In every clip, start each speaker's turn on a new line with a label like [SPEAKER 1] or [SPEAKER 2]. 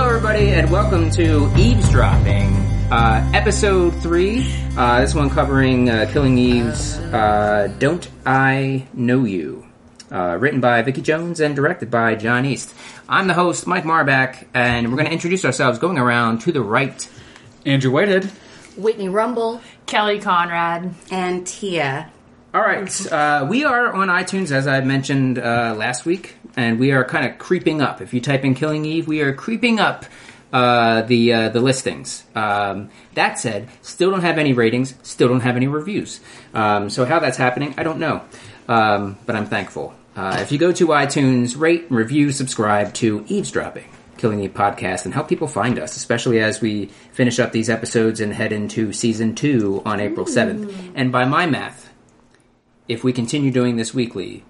[SPEAKER 1] and welcome to Eavesdropping, uh, episode three. Uh, this one covering uh, Killing Eve's uh, Don't I Know You, uh, written by Vicki Jones and directed by John East. I'm the host, Mike Marbach, and we're going to introduce ourselves going around to the right.
[SPEAKER 2] Andrew Whitehead.
[SPEAKER 3] Whitney Rumble
[SPEAKER 4] Kelly Conrad.
[SPEAKER 3] and Tia.
[SPEAKER 1] All right, uh, we are on iTunes as I mentioned uh, last week, and we are kind of creeping up. If you type in "Killing Eve," we are creeping up uh, the uh, the listings. Um, that said, still don't have any ratings, still don't have any reviews. Um, so how that's happening, I don't know, um, but I'm thankful. Uh, if you go to iTunes, rate, review, subscribe to Eavesdropping. Killing Eve podcast and help people find us, especially as we finish up these episodes and head into season two on April 7th. And by my math, if we continue doing this weekly,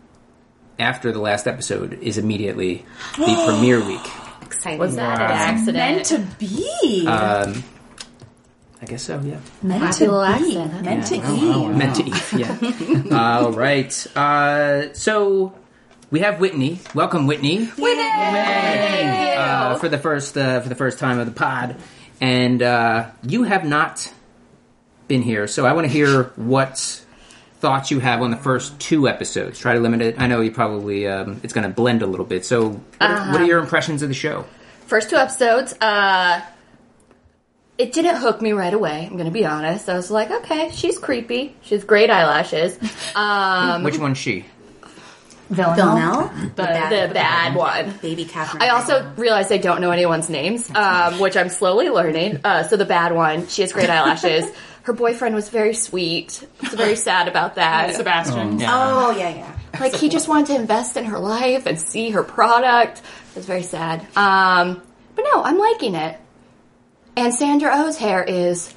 [SPEAKER 1] after the last episode is immediately the premiere week.
[SPEAKER 3] Exciting.
[SPEAKER 4] Was that an accident?
[SPEAKER 5] Meant to be.
[SPEAKER 1] I guess so, yeah.
[SPEAKER 5] meant
[SPEAKER 3] happy little
[SPEAKER 5] to be.
[SPEAKER 3] accent, huh?
[SPEAKER 5] Meant to be.
[SPEAKER 1] Meant to eat, yeah. All right. Uh, so we have Whitney. Welcome, Whitney, uh, for the first uh, for the first time of the pod, and uh, you have not been here, so I want to hear what thoughts you have on the first two episodes. Try to limit it. I know you probably um, it's going to blend a little bit. So, what, are, what are your impressions of the show?
[SPEAKER 3] First two episodes, uh, it didn't hook me right away. I'm gonna be honest. I was like, okay, she's creepy. She's great eyelashes.
[SPEAKER 1] Which one's she?
[SPEAKER 5] Villanelle?
[SPEAKER 3] The, the bad one.
[SPEAKER 6] baby Catherine.
[SPEAKER 3] I also realized I don't know anyone's names, um, which I'm slowly learning. Uh, so the bad one, she has great eyelashes. Her boyfriend was very sweet. It's very sad about that.
[SPEAKER 4] Sebastian.
[SPEAKER 6] Oh yeah, yeah.
[SPEAKER 3] Like he just wanted to invest in her life and see her product. It was very sad. Um, but no, I'm liking it. And Sandra O's hair is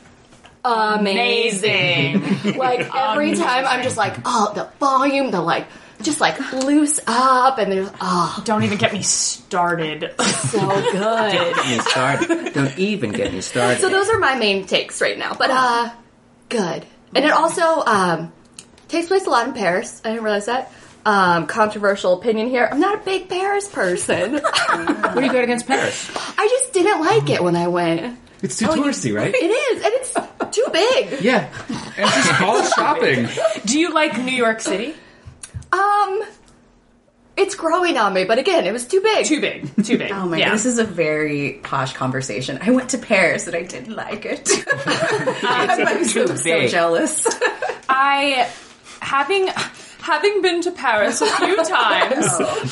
[SPEAKER 3] amazing.
[SPEAKER 4] Amazing.
[SPEAKER 3] Like every time, I'm just like, oh, the volume, the like, just like loose up, and there's oh,
[SPEAKER 4] Don't even get me started.
[SPEAKER 3] so good.
[SPEAKER 1] Get me started. Don't even get me started.
[SPEAKER 3] So those are my main takes right now. But uh good. And it also um takes place a lot in Paris. I didn't realize that. Um controversial opinion here. I'm not a big Paris person.
[SPEAKER 1] what do you got against Paris?
[SPEAKER 3] I just didn't like it when I went.
[SPEAKER 2] It's
[SPEAKER 1] Oh,
[SPEAKER 2] too touristy, right?
[SPEAKER 3] It is, and it's too big.
[SPEAKER 2] Yeah. And it's just all shopping.
[SPEAKER 4] Do you like New York City?
[SPEAKER 3] Um it's growing on me, but again, it was too big.
[SPEAKER 4] Too big. Too big.
[SPEAKER 6] Oh my,
[SPEAKER 4] yeah.
[SPEAKER 6] god, this is a very posh conversation. I went to Paris and I didn't like it. I'm so,
[SPEAKER 1] too
[SPEAKER 6] so
[SPEAKER 1] big.
[SPEAKER 6] jealous.
[SPEAKER 4] I having having been to Paris a few times,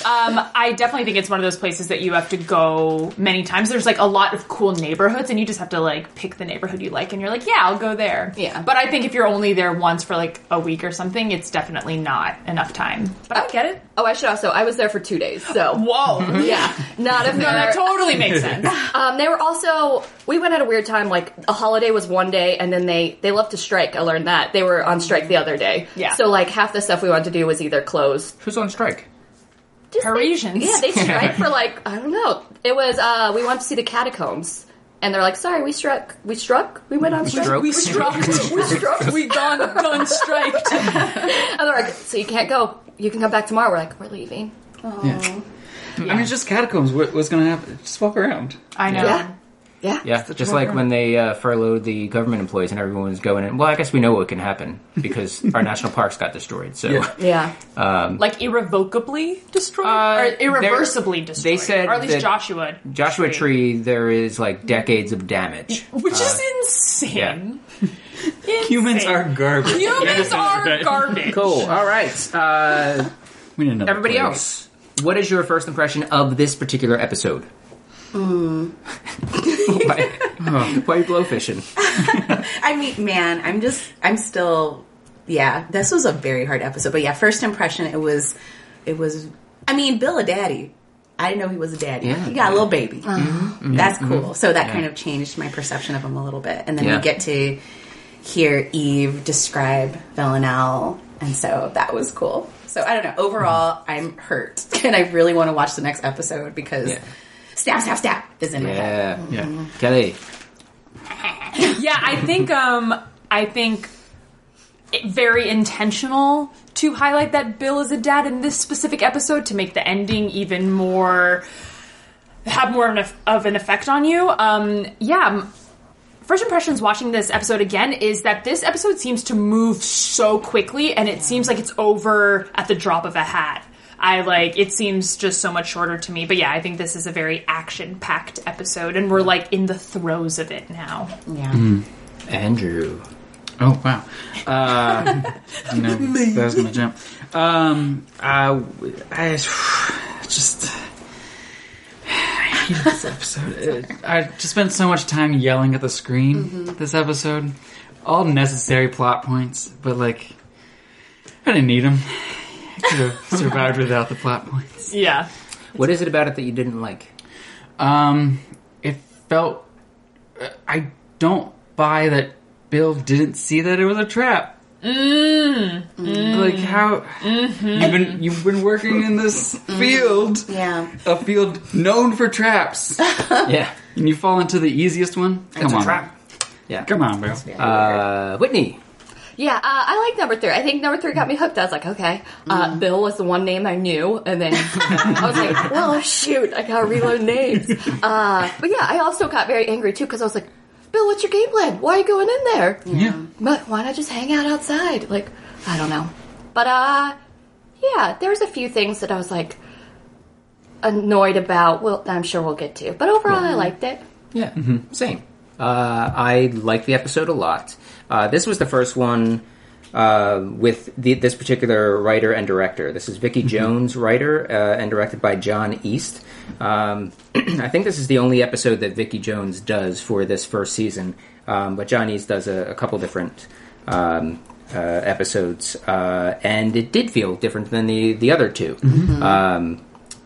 [SPEAKER 4] um, I definitely think it's one of those places that you have to go many times. There's like a lot of cool neighborhoods, and you just have to like pick the neighborhood you like, and you're like, yeah, I'll go there.
[SPEAKER 3] Yeah.
[SPEAKER 4] But I think if you're only there once for like a week or something, it's definitely not enough time. But I get it.
[SPEAKER 3] Oh, I should also I was there for two days, so
[SPEAKER 4] Whoa.
[SPEAKER 3] yeah. Not a fair
[SPEAKER 4] That totally makes sense.
[SPEAKER 3] Um, they were also. We went at a weird time. Like a holiday was one day, and then they they left to strike. I learned that they were on strike the other day.
[SPEAKER 4] Yeah.
[SPEAKER 3] So like half the stuff we wanted to do was either closed.
[SPEAKER 1] Who's on strike?
[SPEAKER 3] Just they-
[SPEAKER 4] Parisians.
[SPEAKER 3] yeah, they strike for like I don't know. It was uh, we wanted to see the catacombs, and they're like, sorry, we struck, we struck, we went on strike,
[SPEAKER 1] Stroke?
[SPEAKER 3] we struck, we struck, we gone,
[SPEAKER 4] Gone striked.
[SPEAKER 3] and they're like, so you can't go. You can come back tomorrow. We're like, we're leaving.
[SPEAKER 2] Yeah. I mean, it's just catacombs. What, what's going to happen? Just walk around.
[SPEAKER 4] I know.
[SPEAKER 3] Yeah. Yeah.
[SPEAKER 1] Yeah, just like when they uh, furloughed the government employees and everyone was going in. Well, I guess we know what can happen because our national parks got destroyed. So
[SPEAKER 2] Yeah.
[SPEAKER 3] Yeah.
[SPEAKER 4] Like irrevocably destroyed?
[SPEAKER 1] Uh,
[SPEAKER 4] or irreversibly destroyed.
[SPEAKER 1] they said
[SPEAKER 4] or at least
[SPEAKER 1] that
[SPEAKER 4] Joshua.
[SPEAKER 1] Joshua Tree, there is like decades of damage.
[SPEAKER 4] Which is insane.
[SPEAKER 2] Humans
[SPEAKER 4] Insane.
[SPEAKER 2] are garbage.
[SPEAKER 4] Humans are
[SPEAKER 2] Right.
[SPEAKER 4] garbage.
[SPEAKER 1] Cool. Oh, All right. Uh,
[SPEAKER 2] We need another
[SPEAKER 1] everybody
[SPEAKER 2] plague.
[SPEAKER 1] else, what is your first impression of this particular episode? why, why are you blowfishing?
[SPEAKER 6] I mean, man, I'm just, I'm still, yeah. This was a very hard episode, but yeah, first impression, it was, it was. I mean, Bill a daddy. I didn't know he was a daddy.
[SPEAKER 1] Yeah. Mm-hmm.
[SPEAKER 6] he got a little baby.
[SPEAKER 3] Uh-huh.
[SPEAKER 6] That's cool. So that kind of changed my perception of him a little bit, and then
[SPEAKER 1] Yeah.
[SPEAKER 6] we get to hear Eve describe Villanelle, and so that was cool. So I don't know. Overall,
[SPEAKER 1] Mm-hmm.
[SPEAKER 6] I'm hurt, and I really want to watch the next episode because.
[SPEAKER 1] Yeah.
[SPEAKER 6] Snap, snap, snap is in my head.
[SPEAKER 1] Yeah.
[SPEAKER 2] Yeah.
[SPEAKER 1] Kelly.
[SPEAKER 4] Yeah, I think um I think it, very intentional to highlight that Bill is a dad in this specific episode to make the ending even more have more of an, eff- of an effect on you. Um, yeah. m- First impressions watching this episode again is that this episode seems to move so quickly and it seems like it's over at the drop of a hat. I like it seems just so much shorter to me, but yeah, I think this is a very action packed episode and we're like in the throes of it now.
[SPEAKER 5] Yeah.
[SPEAKER 1] Mm-hmm. Andrew.
[SPEAKER 2] Oh wow! Uh, no, that was gonna jump. Um, I, I just I hate this episode. Uh, I just spent so much time yelling at the screen this episode. All necessary plot points, but like I didn't need them. Could have survived without the plot points.
[SPEAKER 4] Yeah.
[SPEAKER 1] What is it about it that you didn't like?
[SPEAKER 2] Um, it felt. uh, I don't buy that Bill didn't see that it was a trap. Mm. Like how you've been you've been working in this field,
[SPEAKER 6] Yeah.
[SPEAKER 2] a field known for traps,
[SPEAKER 1] yeah.
[SPEAKER 2] and you fall into the easiest one. Come
[SPEAKER 1] a
[SPEAKER 2] on,
[SPEAKER 1] trap. Yeah.
[SPEAKER 2] come on, Bill.
[SPEAKER 1] Uh, Whitney.
[SPEAKER 3] Yeah, uh, I like number three. I think number three got me hooked. I was like, okay. Uh, Bill was the one name I knew, and then I was like, well, shoot, I gotta reload names. Uh, but yeah, I also got very angry too because I was like, Bill, what's your game plan? Why are you going in there?
[SPEAKER 2] Yeah,
[SPEAKER 3] But why not just hang out outside? Like, I don't know. But uh, yeah, there's a few things that I was like annoyed about. Well, I'm sure we'll get to. But overall, I liked it.
[SPEAKER 1] Yeah, same. Uh, I liked the episode a lot. Uh, this was the first one uh, with the, this particular writer and director. This is Vicki Jones, writer uh, and directed by John East. Um, I think this is the only episode that Vicki Jones does for this first season, um, but John East does a, a couple different um, uh, episodes, uh, and it did feel different than the the other 2 Um,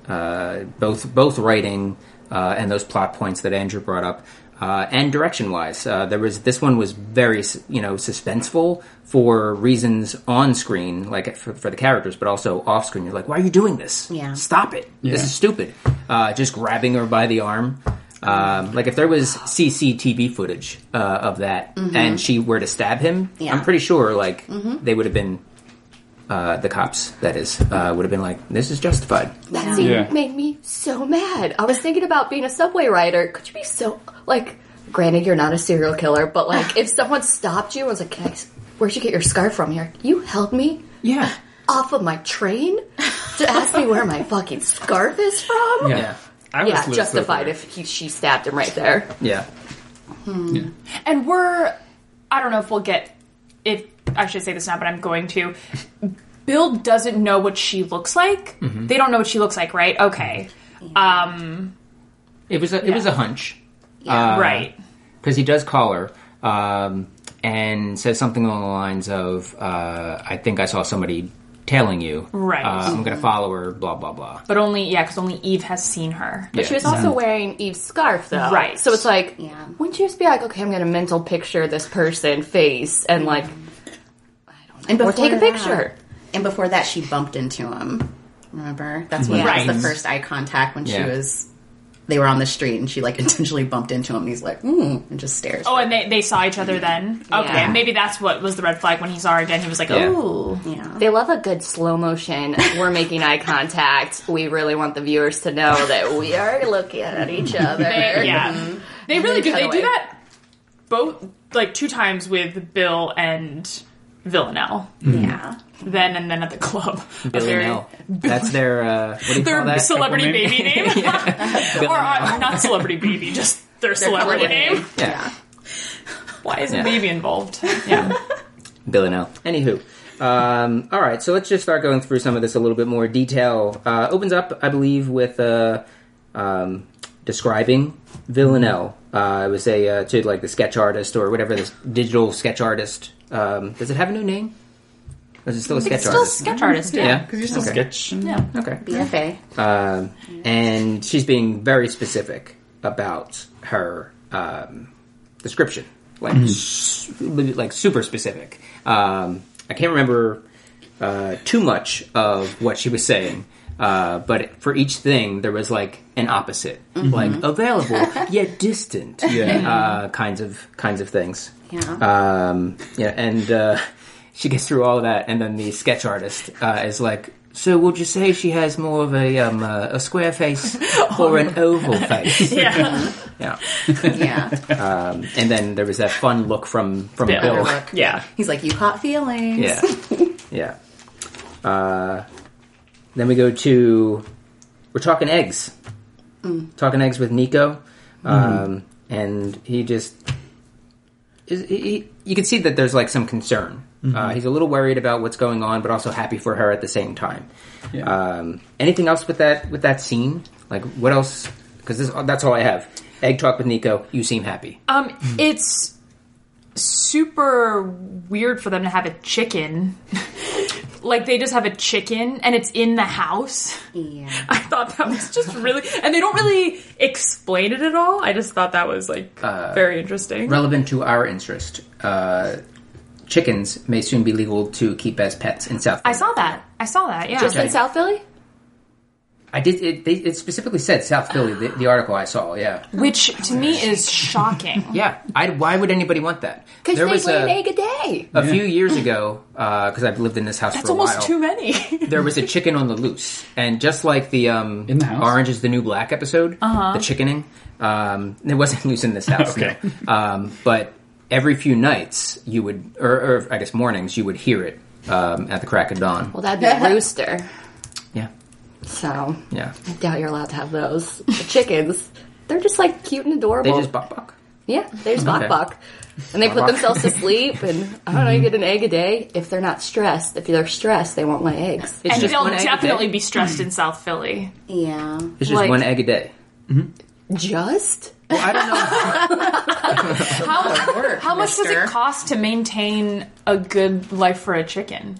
[SPEAKER 1] uh, both both writing uh, and those plot points that Andrew brought up, uh, and direction wise, uh, there was this one was very s- you know suspenseful for reasons on screen, like for, for the characters, but also off screen. You're like, why are you doing this?
[SPEAKER 5] Yeah.
[SPEAKER 1] stop it. This
[SPEAKER 2] Yeah.
[SPEAKER 1] is stupid. Uh, just grabbing her by the arm. Um, like if there was CCTV footage uh, of that, and she were to stab him,
[SPEAKER 5] Mm-hmm. Yeah. Mm-hmm.
[SPEAKER 1] I'm pretty sure like they would have been uh, the cops. That is uh, would have been like this is justified.
[SPEAKER 3] That scene
[SPEAKER 2] Yeah.
[SPEAKER 3] made me so mad. I was thinking about being a subway rider. Could you be so like? Granted, you're not a serial killer, but like, if someone stopped you and was like, Can I, "Where'd you get your scarf from?" Here, you held me
[SPEAKER 1] Yeah.
[SPEAKER 3] off of my train to ask me where my fucking scarf is from.
[SPEAKER 2] yeah.
[SPEAKER 1] Yeah.
[SPEAKER 2] I
[SPEAKER 3] Yeah,
[SPEAKER 2] Liz
[SPEAKER 3] justified
[SPEAKER 2] Silver.
[SPEAKER 3] if he, she stabbed him right there.
[SPEAKER 1] Yeah.
[SPEAKER 4] And we're, I don't know if we'll get, if I should say this now, but I'm going to. Bill doesn't know what she looks like. They don't know what she looks like, right? Okay. Um,
[SPEAKER 1] It was a it was a hunch
[SPEAKER 4] right.
[SPEAKER 1] because he does call her um, and says something along the lines of, uh, "I think I saw somebody tailing you.
[SPEAKER 4] Right.
[SPEAKER 1] Uh, I'm
[SPEAKER 4] Mm-hmm.
[SPEAKER 1] going to follow her. Blah blah blah."
[SPEAKER 4] But only, yeah, because only Eve has seen her.
[SPEAKER 1] Yeah.
[SPEAKER 3] She was also wearing Eve's scarf, though.
[SPEAKER 4] Right.
[SPEAKER 3] So it's like,
[SPEAKER 5] Yeah.
[SPEAKER 3] wouldn't you just be like, okay, I'm going to mental picture this person face and like,
[SPEAKER 6] And
[SPEAKER 3] or take a
[SPEAKER 6] before
[SPEAKER 3] picture?
[SPEAKER 6] that- and before that, she bumped into him. Remember? That's when
[SPEAKER 5] Yeah.
[SPEAKER 6] that was the first eye contact when
[SPEAKER 1] Yeah.
[SPEAKER 6] she was. They were on the street, and she like intentionally bumped into him, and he's like, "Ooh," and just stares.
[SPEAKER 4] Oh, and they, they saw each other then? Okay,
[SPEAKER 6] Yeah.
[SPEAKER 4] maybe that's what was the red flag when he saw her again. He was like,
[SPEAKER 1] Yeah.
[SPEAKER 4] ooh.
[SPEAKER 6] yeah.
[SPEAKER 3] They love a good slow motion. We're making eye contact. We really want the viewers to know that we are looking at each other.
[SPEAKER 4] They, yeah. They really do.
[SPEAKER 3] cut
[SPEAKER 4] They
[SPEAKER 3] away.
[SPEAKER 4] do that both, like, two times with Bill and Villanelle.
[SPEAKER 5] Yeah.
[SPEAKER 4] Then and then at the club. A very-
[SPEAKER 1] Villanelle. That's their uh, what do you call
[SPEAKER 4] their
[SPEAKER 1] that?
[SPEAKER 4] celebrity
[SPEAKER 2] Compliment?
[SPEAKER 4] baby name, or uh, not celebrity baby, just their celebrity
[SPEAKER 6] coloring.
[SPEAKER 4] name.
[SPEAKER 1] Yeah.
[SPEAKER 4] Why isn't baby involved? Yeah,
[SPEAKER 1] Villanelle. Anywho. Um, all right, so let's just start going through some of this a little bit more detail. Uh, opens up, I believe, with uh, um, describing Villanelle. Uh, it was a uh, to like the sketch artist or whatever this digital sketch artist. Um, does it have a new name? Or is it still a sketch
[SPEAKER 4] still
[SPEAKER 1] artist?
[SPEAKER 4] sketch artist. Yeah,
[SPEAKER 1] yeah.
[SPEAKER 2] because you're still
[SPEAKER 1] Okay.
[SPEAKER 2] sketching.
[SPEAKER 4] Yeah.
[SPEAKER 1] Okay.
[SPEAKER 6] BFA.
[SPEAKER 1] Um, and she's being very specific about her um, description, like su- like super specific. Um, I can't remember uh, too much of what she was saying. Uh, but for each thing, there was like an opposite, like available yet distant, uh, kinds of kinds of things.
[SPEAKER 6] Yeah.
[SPEAKER 1] Um, yeah, and uh, she gets through all of that, and then the sketch artist uh, is like, So would you say she has more of a um, uh, a square face or an oval face?
[SPEAKER 4] Yeah.
[SPEAKER 1] Yeah.
[SPEAKER 6] Yeah.
[SPEAKER 1] Um, and then there was that fun look from from
[SPEAKER 4] Bill.
[SPEAKER 1] Bill.
[SPEAKER 6] Look.
[SPEAKER 4] yeah.
[SPEAKER 6] He's like, you caught feelings.
[SPEAKER 1] Yeah. yeah. Uh, then we go to we're talking eggs. Talking eggs with Nico, um, and he just is. He, he, you can see that there's like some concern. Uh, he's a little worried about what's going on, but also happy for her at the same time.
[SPEAKER 2] Yeah.
[SPEAKER 1] Um, anything else with that with that scene? Like what else? Because that's all I have. Egg talk with Nico. You seem happy.
[SPEAKER 4] Um, it's super weird for them to have a chicken. like they just have a chicken and it's in the house.
[SPEAKER 6] Yeah.
[SPEAKER 4] I thought that was just really, and they don't really explain it at all. I just thought that was like very interesting.
[SPEAKER 1] relevant to our interest. Uh, chickens may soon be legal to keep as pets in South.
[SPEAKER 4] I saw that. I saw that. Yeah.
[SPEAKER 3] Just in South Philly?
[SPEAKER 1] I did. It, they, it specifically said South Philly. The, the article I saw. Yeah.
[SPEAKER 4] Which to me is shocking.
[SPEAKER 1] Yeah. I, why would anybody want that?
[SPEAKER 3] Because
[SPEAKER 1] There
[SPEAKER 3] they
[SPEAKER 1] was
[SPEAKER 3] lay an
[SPEAKER 1] a,
[SPEAKER 3] egg a day.
[SPEAKER 1] a few years ago because I've lived in this house
[SPEAKER 4] That's
[SPEAKER 1] for a
[SPEAKER 4] almost
[SPEAKER 1] while.
[SPEAKER 4] too many.
[SPEAKER 1] there was a chicken on the loose, and just like the um,
[SPEAKER 2] In the house?
[SPEAKER 1] Orange is the New Black episode,
[SPEAKER 4] Uh-huh.
[SPEAKER 1] the chickening. Um, it wasn't loose in this house,
[SPEAKER 2] Okay.
[SPEAKER 1] no. Um, but every few nights, you would, or, or I guess mornings, you would hear it um, at the crack of dawn.
[SPEAKER 3] Well, that'd be a rooster.
[SPEAKER 1] Yeah,
[SPEAKER 3] So,
[SPEAKER 1] yeah.
[SPEAKER 3] I doubt you're allowed to have those. The chickens, they're just like cute and
[SPEAKER 1] They
[SPEAKER 3] adorable.
[SPEAKER 1] just buck buck.
[SPEAKER 3] yeah, they just bok
[SPEAKER 1] Okay.
[SPEAKER 3] bok. And they put
[SPEAKER 1] Bok bok.
[SPEAKER 3] themselves to sleep, and I don't know, you get an egg a day. If they're not stressed, if they're stressed, they won't lay eggs.
[SPEAKER 1] It's
[SPEAKER 4] and
[SPEAKER 1] just
[SPEAKER 4] they'll
[SPEAKER 1] one egg a day.
[SPEAKER 4] definitely be stressed in South Philly.
[SPEAKER 6] Yeah.
[SPEAKER 1] It's just
[SPEAKER 4] like-
[SPEAKER 1] one egg a day.
[SPEAKER 3] Just?
[SPEAKER 1] Well, I don't know.
[SPEAKER 4] How, how much does
[SPEAKER 6] mister.
[SPEAKER 4] it cost to maintain a good life for a chicken?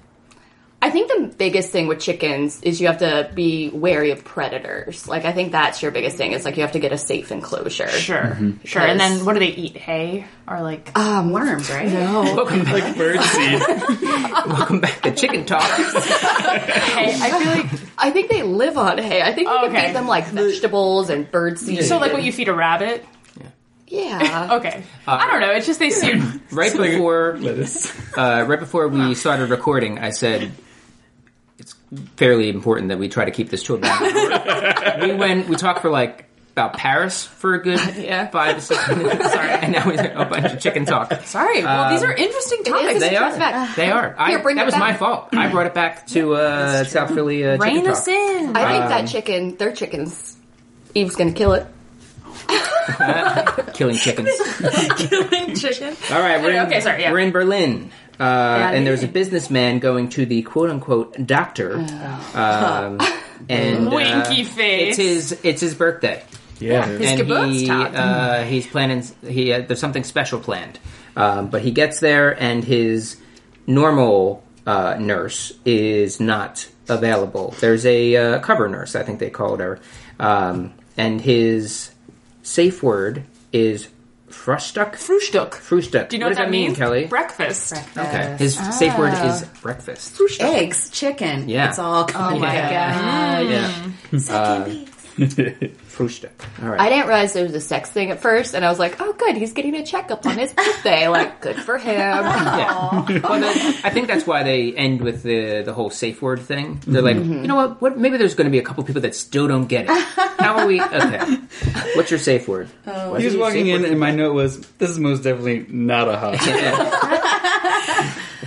[SPEAKER 3] I think the biggest thing with chickens is you have to be wary of predators. Like, I think that's your biggest thing. It's like you have to get a safe enclosure.
[SPEAKER 4] Sure,
[SPEAKER 1] Mm-hmm.
[SPEAKER 4] sure.
[SPEAKER 3] Because-
[SPEAKER 4] And then what do they eat? Hay or like?
[SPEAKER 6] Worms, right?
[SPEAKER 2] like birdseed.
[SPEAKER 1] Welcome back to Chicken Talk.
[SPEAKER 4] hay. I feel like
[SPEAKER 3] I think they live on hay. I think you
[SPEAKER 4] Okay.
[SPEAKER 3] can feed them like vegetables and bird seed.
[SPEAKER 4] so. Like what you feed a rabbit.
[SPEAKER 3] Yeah.
[SPEAKER 4] Okay,
[SPEAKER 1] Uh,
[SPEAKER 4] I don't know. It's just they seem
[SPEAKER 1] Right before,
[SPEAKER 2] lettuce.
[SPEAKER 1] uh, right before we started recording, I said it's fairly important that we try to keep this to about. an hour." we went. We talked for like about Paris for a good
[SPEAKER 3] Yeah.
[SPEAKER 1] five to six minutes. Sorry, and now we did a bunch of chicken talk.
[SPEAKER 4] sorry. Well, these
[SPEAKER 1] um,
[SPEAKER 4] are interesting topics.
[SPEAKER 1] Oh, They
[SPEAKER 3] Bring
[SPEAKER 1] are.
[SPEAKER 3] us back.
[SPEAKER 1] They are. I,
[SPEAKER 3] Here, bring
[SPEAKER 1] that
[SPEAKER 3] it
[SPEAKER 1] was
[SPEAKER 3] back.
[SPEAKER 1] my fault. I brought it back to uh, South Philly uh, chicken
[SPEAKER 4] Rein
[SPEAKER 1] talk.
[SPEAKER 4] us in.
[SPEAKER 3] I think that chicken, their chickens, Eve's gonna kill it.
[SPEAKER 1] Killing chickens.
[SPEAKER 4] Killing chicken.
[SPEAKER 1] All right, we're in,
[SPEAKER 4] Okay, sorry, yeah.
[SPEAKER 1] we're in Berlin, uh, and there's a
[SPEAKER 3] yeah.
[SPEAKER 1] businessman going to the quote-unquote doctor, um, and uh,
[SPEAKER 4] Oh. Winky
[SPEAKER 1] it's
[SPEAKER 4] face.
[SPEAKER 1] his it's his birthday,
[SPEAKER 2] Yeah.
[SPEAKER 3] His
[SPEAKER 1] and he
[SPEAKER 3] Geburtstag.
[SPEAKER 1] uh, he's planning he uh, there's something special planned, um, but he gets there and his normal uh, nurse is not available. There's a uh, cover nurse, I think they called her, um, and his safe word is Frühstück.
[SPEAKER 4] Frühstück.
[SPEAKER 1] Frühstück.
[SPEAKER 4] Do you know
[SPEAKER 1] what does
[SPEAKER 4] that,
[SPEAKER 1] that mean,
[SPEAKER 4] means?
[SPEAKER 1] Kelly?
[SPEAKER 4] Breakfast. Ah.
[SPEAKER 1] Okay. His safe word is breakfast.
[SPEAKER 4] Hmm.
[SPEAKER 6] Eggs, chicken.
[SPEAKER 1] Yeah. Uh,
[SPEAKER 6] It's all coming
[SPEAKER 3] my
[SPEAKER 6] together.
[SPEAKER 1] Yeah. Frühstück. All right.
[SPEAKER 3] I didn't realize there was a sex thing at first, and I was like, oh, good, he's getting a checkup on his birthday. Like, good for him.
[SPEAKER 1] yeah. well, that, I think that's why they end with the the whole safe word thing. They're like, you know what? What? Maybe there's going to be a couple people that still don't get it. How are we? Okay. What's your safe word?
[SPEAKER 2] He was walking in, and my note was, "This is most definitely not a hot."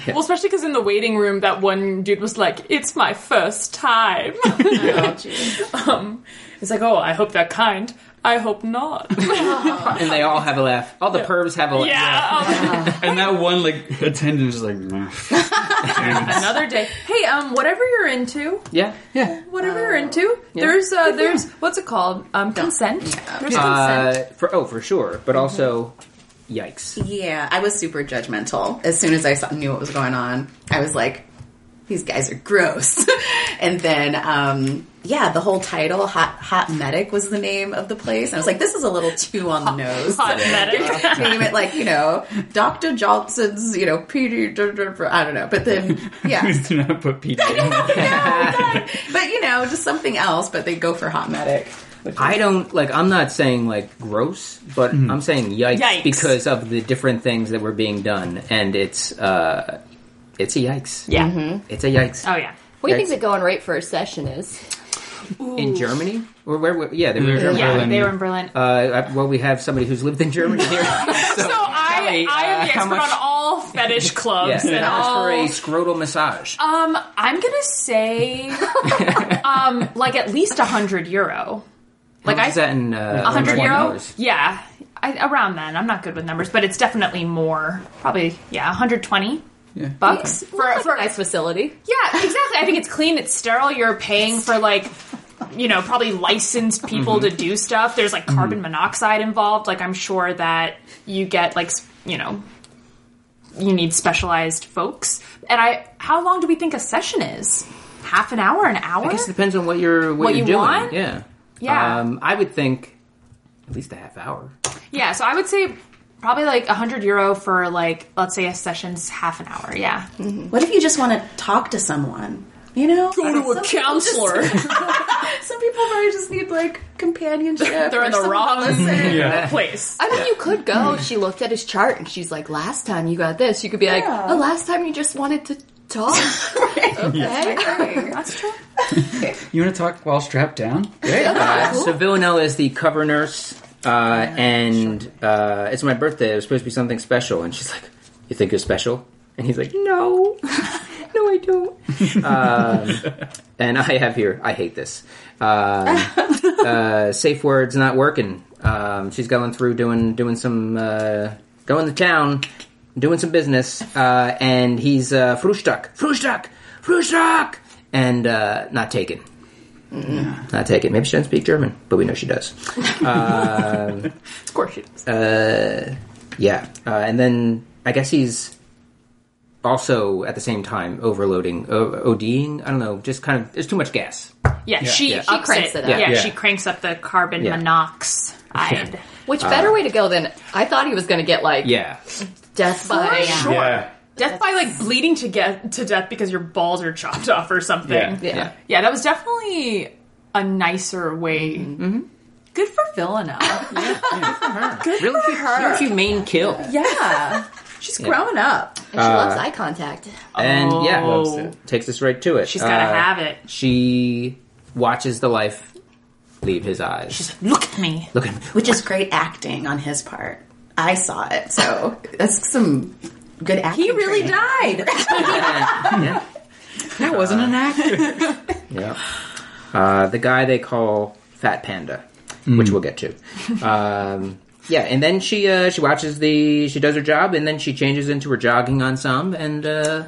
[SPEAKER 4] Well, especially because in the waiting room, that one dude was like, "It's my first time." um, it's like, oh, I hope they're kind. I hope not.
[SPEAKER 1] and they all have a laugh. All the pervs have a laugh.
[SPEAKER 4] yeah. um,
[SPEAKER 2] and that one like attendant was like, "Nah."
[SPEAKER 4] another day. Hey, um, whatever you're into,
[SPEAKER 1] Yeah.
[SPEAKER 2] "Yeah,
[SPEAKER 4] whatever you're into, there's uh, there's what's it called? Um, consent. There's consent.
[SPEAKER 1] Uh, for oh, for sure. But also, yikes.
[SPEAKER 6] Yeah, I was super judgmental. As soon as I saw, knew what was going on, I was like, "These guys are gross." and then, um, yeah, the whole title, "Hot Hot Medic," was the name of the place. And I was like, "This is a little too on the nose."
[SPEAKER 4] Hot medic.
[SPEAKER 6] Name it like you know, Doctor Johnson's, you know, PD. I don't know, but then yeah,
[SPEAKER 2] please do not put PJ."
[SPEAKER 6] but you know, just something else. But they go for hot medic.
[SPEAKER 1] I don't like. I'm not saying like gross, but
[SPEAKER 2] Mm-hmm.
[SPEAKER 1] I'm saying yikes,
[SPEAKER 4] Yikes.
[SPEAKER 1] because of the different things that were being done, and it's uh, it's a yikes.
[SPEAKER 4] Yeah.
[SPEAKER 1] it's a yikes.
[SPEAKER 4] Oh yeah.
[SPEAKER 3] What do you think the going rate for a session is?
[SPEAKER 1] in Germany or where? were yeah, they were in Germany.
[SPEAKER 4] Yeah,
[SPEAKER 2] Berlin.
[SPEAKER 4] they were in Berlin.
[SPEAKER 1] Uh, I- well, we have somebody who's lived in Germany here.
[SPEAKER 4] so I,
[SPEAKER 1] Kelly,
[SPEAKER 4] I
[SPEAKER 1] uh, how
[SPEAKER 4] am the expert
[SPEAKER 1] much-
[SPEAKER 4] on all fetish
[SPEAKER 1] yeah,
[SPEAKER 4] clubs and
[SPEAKER 1] that was
[SPEAKER 4] all.
[SPEAKER 1] for a scrotal massage.
[SPEAKER 4] Um, I'm gonna say, um, like at least a hundred euro. Like
[SPEAKER 1] How much
[SPEAKER 4] I
[SPEAKER 1] is that in uh,
[SPEAKER 4] A hundred
[SPEAKER 1] like
[SPEAKER 4] euro?
[SPEAKER 1] $100?
[SPEAKER 4] Yeah, I, around then. I'm not good with numbers, but it's definitely more. Probably yeah, 120
[SPEAKER 2] Yeah.
[SPEAKER 4] bucks for,
[SPEAKER 3] Like
[SPEAKER 4] for
[SPEAKER 3] a nice facility.
[SPEAKER 4] yeah, exactly. I think it's clean. It's sterile. You're paying for like. You know, probably licensed people
[SPEAKER 1] Mm-hmm.
[SPEAKER 4] to do stuff. There's like carbon monoxide involved. Like, I'm sure that you get like, s- you know, you need specialized folks. And I, how long do we think a session is? Half an hour, an hour?
[SPEAKER 1] I guess it depends on what you're what,
[SPEAKER 4] What
[SPEAKER 1] you're
[SPEAKER 4] you
[SPEAKER 1] doing.
[SPEAKER 4] want?
[SPEAKER 1] Yeah,
[SPEAKER 4] Yeah.
[SPEAKER 1] Um, I would think at least a half hour.
[SPEAKER 4] Yeah, so I would say probably like 100 euro for like let's say a session's half an hour. Yeah.
[SPEAKER 6] What if you just want to talk to someone? You know,
[SPEAKER 4] Go to a counselor.
[SPEAKER 6] some people probably just need like companionship.
[SPEAKER 4] They're in the wrong
[SPEAKER 2] Yeah.
[SPEAKER 4] place.
[SPEAKER 3] I mean, you could go. She looked at his chart and she's like, "Last time you got this." You could be like,
[SPEAKER 6] Yeah.
[SPEAKER 3] "Oh, last time you just wanted to talk." okay.
[SPEAKER 4] That's true.
[SPEAKER 2] You want to talk while strapped down?
[SPEAKER 1] Uh, so Villanelle is the cover nurse, uh, and uh, it's my birthday. It was supposed to be something special, and she's like, "You think you're special?" And he's like, "No, no, I don't." um, and I have here, I hate this. Um uh, safe words not working. Um, she's going through doing doing some uh, going to town, doing some business, uh, and he's uh, Frühstück, Frühstück, Frühstück, and uh, not taken. Not taken. Maybe she doesn't speak German, but we know she does.
[SPEAKER 4] Of course she does.
[SPEAKER 1] Yeah, uh, and then I guess he's also at the same time overloading, o- ODing. I don't know, just kind of. There's too much gas.
[SPEAKER 4] yeah, she
[SPEAKER 1] yeah.
[SPEAKER 4] ups
[SPEAKER 3] cranks it
[SPEAKER 4] it.
[SPEAKER 3] up.
[SPEAKER 4] Yeah,
[SPEAKER 1] Yeah.
[SPEAKER 4] she cranks up the carbon
[SPEAKER 1] Yeah.
[SPEAKER 4] monoxide.
[SPEAKER 3] Which better way to go than I thought he was going to get like
[SPEAKER 1] Yeah,
[SPEAKER 3] death by
[SPEAKER 4] For sure. Death by like bleeding to get to death because your balls are chopped off or something.
[SPEAKER 2] Yeah.
[SPEAKER 3] Yeah.
[SPEAKER 1] Yeah.
[SPEAKER 4] Yeah, that was definitely a nicer way. Good for Villanelle.
[SPEAKER 1] really cute, really cute main kill.
[SPEAKER 6] Yeah, she's grown up.
[SPEAKER 3] And she loves eye contact.
[SPEAKER 1] And yeah,
[SPEAKER 4] Oh.
[SPEAKER 1] loves it. takes us right to it.
[SPEAKER 4] She's gotta
[SPEAKER 1] Uh,
[SPEAKER 4] have it.
[SPEAKER 1] She watches the life leave his eyes.
[SPEAKER 4] She's like, look at me.
[SPEAKER 1] Look at me.
[SPEAKER 6] which is great acting on his part. I saw it, so that's some good acting. He really died.
[SPEAKER 1] yeah.
[SPEAKER 2] That wasn't an actor.
[SPEAKER 1] Yeah. Uh, the guy they call Fat Panda, which we'll get to. Um, yeah, and then she uh, she watches the she does her job, and then she changes into her jogging ensemble and uh,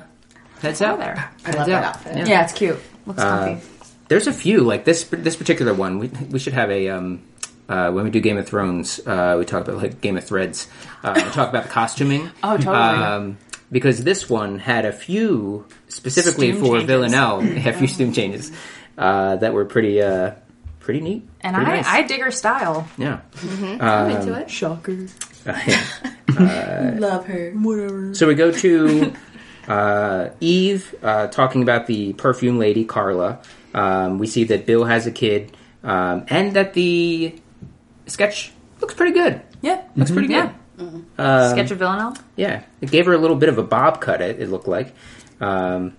[SPEAKER 1] heads out
[SPEAKER 4] there.
[SPEAKER 1] I
[SPEAKER 6] love that outfit.
[SPEAKER 1] Yeah.
[SPEAKER 4] it's cute. Looks comfy.
[SPEAKER 1] There's a few like this this particular one. We we should have a. Um, uh, when we do Game of Thrones, uh, we talk about like Game of Threads. Uh, we talk about the costuming.
[SPEAKER 4] Oh, totally.
[SPEAKER 1] Um, because this one had a few specifically
[SPEAKER 4] Steam
[SPEAKER 1] for
[SPEAKER 4] changes.
[SPEAKER 1] Villanelle, a few steam changes uh, that were pretty uh, pretty neat.
[SPEAKER 4] and I,
[SPEAKER 1] pretty nice.
[SPEAKER 4] I dig her style.
[SPEAKER 1] yeah. Uh,
[SPEAKER 3] I'm into it.
[SPEAKER 4] Shocker.
[SPEAKER 6] Love her.
[SPEAKER 1] So we go to uh, Eve uh, talking about the perfume lady Carla. Um, we see that Bill has a kid, um, and that the sketch looks pretty good.
[SPEAKER 4] Yeah.
[SPEAKER 1] Looks pretty good.
[SPEAKER 4] Yeah. Sketch of Villanelle.
[SPEAKER 1] Yeah, it gave her a little bit of a bob cut. It, it looked like, um,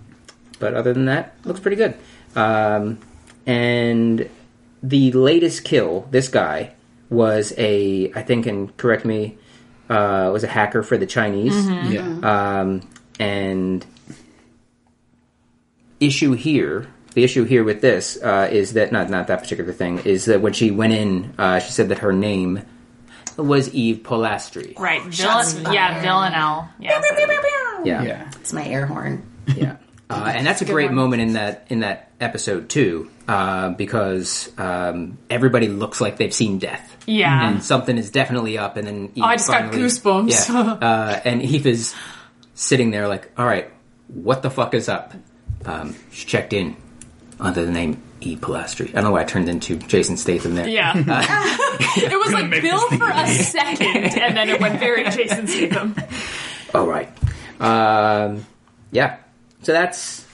[SPEAKER 1] but other than that, looks pretty good. Um, and the latest kill, this guy was a, I think, and correct me, uh, was a hacker for the Chinese,
[SPEAKER 2] Yeah.
[SPEAKER 1] um, and issue here. The issue here with this uh, is that not not that particular thing is that when she went in, uh, she said that her name was Eve Polastri.
[SPEAKER 4] Right. Villan- yeah, Villanelle. Yeah.
[SPEAKER 2] Yeah.
[SPEAKER 6] It's my air horn.
[SPEAKER 1] yeah. Uh, and that's a great moment in that in that episode too, uh, because um, everybody looks like they've seen death.
[SPEAKER 4] Yeah.
[SPEAKER 1] and something is definitely up. And then Eve
[SPEAKER 4] Mm. Oh, I just got
[SPEAKER 1] finally-
[SPEAKER 4] goosebumps.
[SPEAKER 1] Yeah, uh, and Eve is sitting there like, "All right, what the fuck is up?" Um, she checked in under the name E. Pilastri. I don't know why I turned into Jason Statham there.
[SPEAKER 4] Yeah. it was like Bill for a second, and then it went very Jason Statham.
[SPEAKER 1] All right. Um, yeah. So that's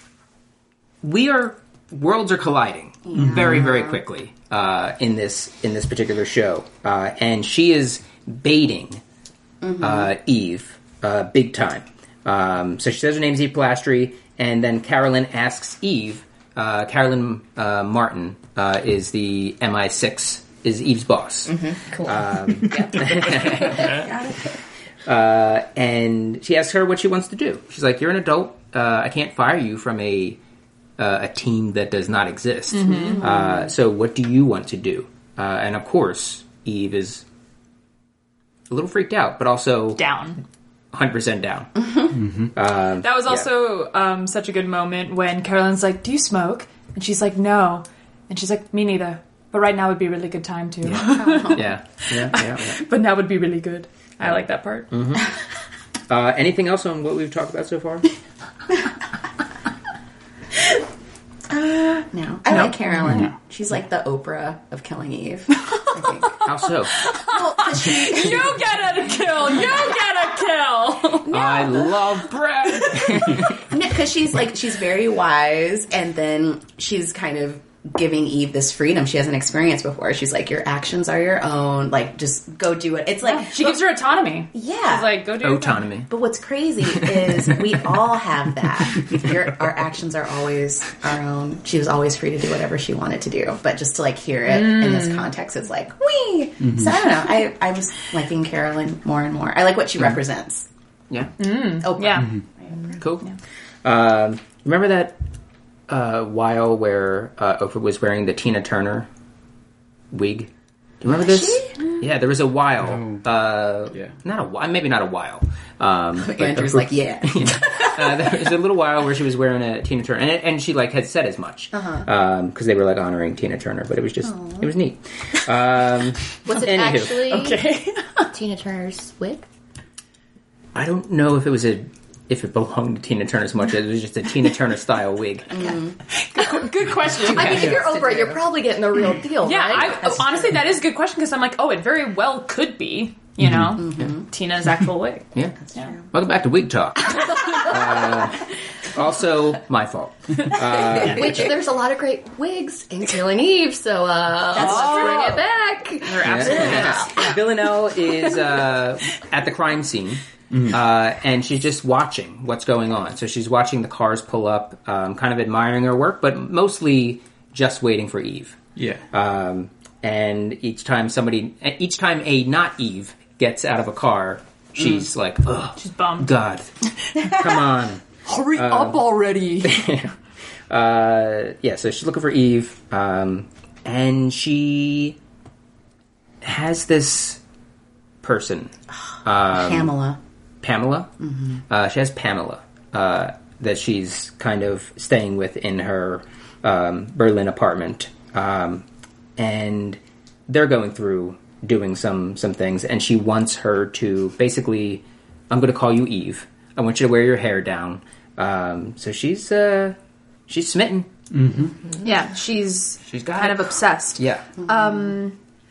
[SPEAKER 1] we are worlds are colliding very very quickly uh, in this in this particular show, uh, and she is baiting uh, Eve uh, big time. Um, so she says her name's Eve Pilastri, and then Carolyn asks Eve uh, Carolyn uh, Martin uh, is the MI6 is Eve's boss.
[SPEAKER 5] Cool.
[SPEAKER 1] Uh, and she asks her what she wants to do. She's like, "You're an adult. Uh, I can't fire you from a uh, a team that does not exist. Uh, so, what do you want to do?" Uh, and of course, Eve is a little freaked out, but also
[SPEAKER 4] down.
[SPEAKER 1] 100 percent down.
[SPEAKER 4] That was also um, such a good moment when Carolyn's like, "Do you smoke?" and she's like, "No," and she's like, "Me neither." But right now would be a really good time to.
[SPEAKER 1] yeah, yeah, yeah. yeah.
[SPEAKER 4] but now would be really good. I like that part.
[SPEAKER 1] Mm-hmm. Uh, anything else on what we've talked about so far?
[SPEAKER 6] No, I like Carolyn. She's like the Oprah of Killing Eve. I think.
[SPEAKER 1] How so?
[SPEAKER 6] Well, 'cause she-
[SPEAKER 4] You get a kill. You get a kill.
[SPEAKER 1] I love bread.
[SPEAKER 6] because she's like she's very wise and then she's kind of giving eve this freedom she hasn't experienced before she's like your actions are your own like just go do it it's like
[SPEAKER 4] She gives her autonomy.
[SPEAKER 6] yeah
[SPEAKER 4] She's like, "Go do your thing."
[SPEAKER 1] Autonomy.
[SPEAKER 6] but what's crazy is we all have that your, our actions are always our own she was always free to do whatever she wanted to do but just to like hear it in this context is like we so i don't know I, I was liking carolyn more and more i like what she represents
[SPEAKER 1] Yeah.
[SPEAKER 6] oh
[SPEAKER 4] Yeah.
[SPEAKER 1] Mm-hmm. Cool. Um, remember that uh, while where uh, Oprah was wearing the Tina Turner wig? Do you remember this? Yeah, there was a while. Uh,
[SPEAKER 2] Yeah.
[SPEAKER 1] Not a while. Maybe not a while. Um, but
[SPEAKER 6] andrew's
[SPEAKER 1] Oprah-
[SPEAKER 6] like yeah
[SPEAKER 1] uh, there was a little while where she was wearing a Tina Turner, and, and she like had said as much because they were like honoring Tina Turner, but it was just it was neat. Um,
[SPEAKER 5] Was it
[SPEAKER 1] Anywho.
[SPEAKER 5] actually Tina Turner's wig?
[SPEAKER 1] I don't know if it was a if it belonged to Tina Turner as much as it was just a Tina Turner style wig.
[SPEAKER 4] Good question.
[SPEAKER 3] I mean, if you're
[SPEAKER 6] Yes, to
[SPEAKER 3] Oprah,
[SPEAKER 6] do.
[SPEAKER 3] you're probably getting the real deal,
[SPEAKER 4] yeah,
[SPEAKER 3] right?
[SPEAKER 4] I, oh, honestly, that is a good question because I'm like, oh, it very well could be. You
[SPEAKER 1] Mm-hmm.
[SPEAKER 4] know,
[SPEAKER 3] Mm-hmm.
[SPEAKER 4] Tina's actual wig.
[SPEAKER 1] Yeah. Welcome back to Wig Talk. uh, also, my fault.
[SPEAKER 3] Which there's a lot of great wigs in Killing Eve, so uh, let's bring it back.
[SPEAKER 4] They're absolutely
[SPEAKER 1] Villanelle is uh, at the crime scene. Uh, and she's just watching what's going on. So she's watching the cars pull up, um, kind of admiring her work, but mostly just waiting for Eve.
[SPEAKER 2] Yeah.
[SPEAKER 1] Um, and each time somebody, each time a not Eve gets out of a car, she's like, "Ugh,
[SPEAKER 4] She's bummed.
[SPEAKER 1] God, come on."
[SPEAKER 4] Hurry
[SPEAKER 6] Um,
[SPEAKER 4] up already.
[SPEAKER 1] uh, yeah, so she's looking for Eve, um, and she has this person,
[SPEAKER 6] pamela
[SPEAKER 1] Pamela. Uh, she has Pamela uh, that she's kind of staying with in her um, Berlin apartment, um, and they're going through doing some some things, and she wants her to basically, I'm going to call you Eve. I want you to wear your hair down. Um, so she's uh, she's smitten.
[SPEAKER 4] yeah, she's
[SPEAKER 1] She's got
[SPEAKER 4] kind
[SPEAKER 1] it.
[SPEAKER 4] of obsessed.
[SPEAKER 1] Yeah.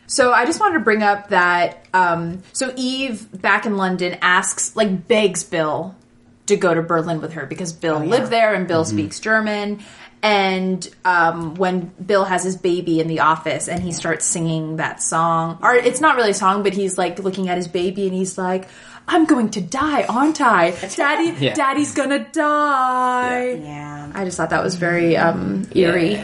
[SPEAKER 4] So I just wanted to bring up that um, so Eve back in London asks like begs Bill to go to Berlin with her because Bill
[SPEAKER 1] Oh,
[SPEAKER 4] lived there and
[SPEAKER 1] Mm-hmm.
[SPEAKER 4] Bill speaks German. And um, when Bill has his baby in the office and he starts singing that song, or it's not really a song, but he's like looking at his baby and he's like, "I'm going to die, aren't I? Daddy,
[SPEAKER 1] Yeah.
[SPEAKER 4] Daddy's gonna die."
[SPEAKER 5] Yeah.
[SPEAKER 4] I just thought that was very um, eerie.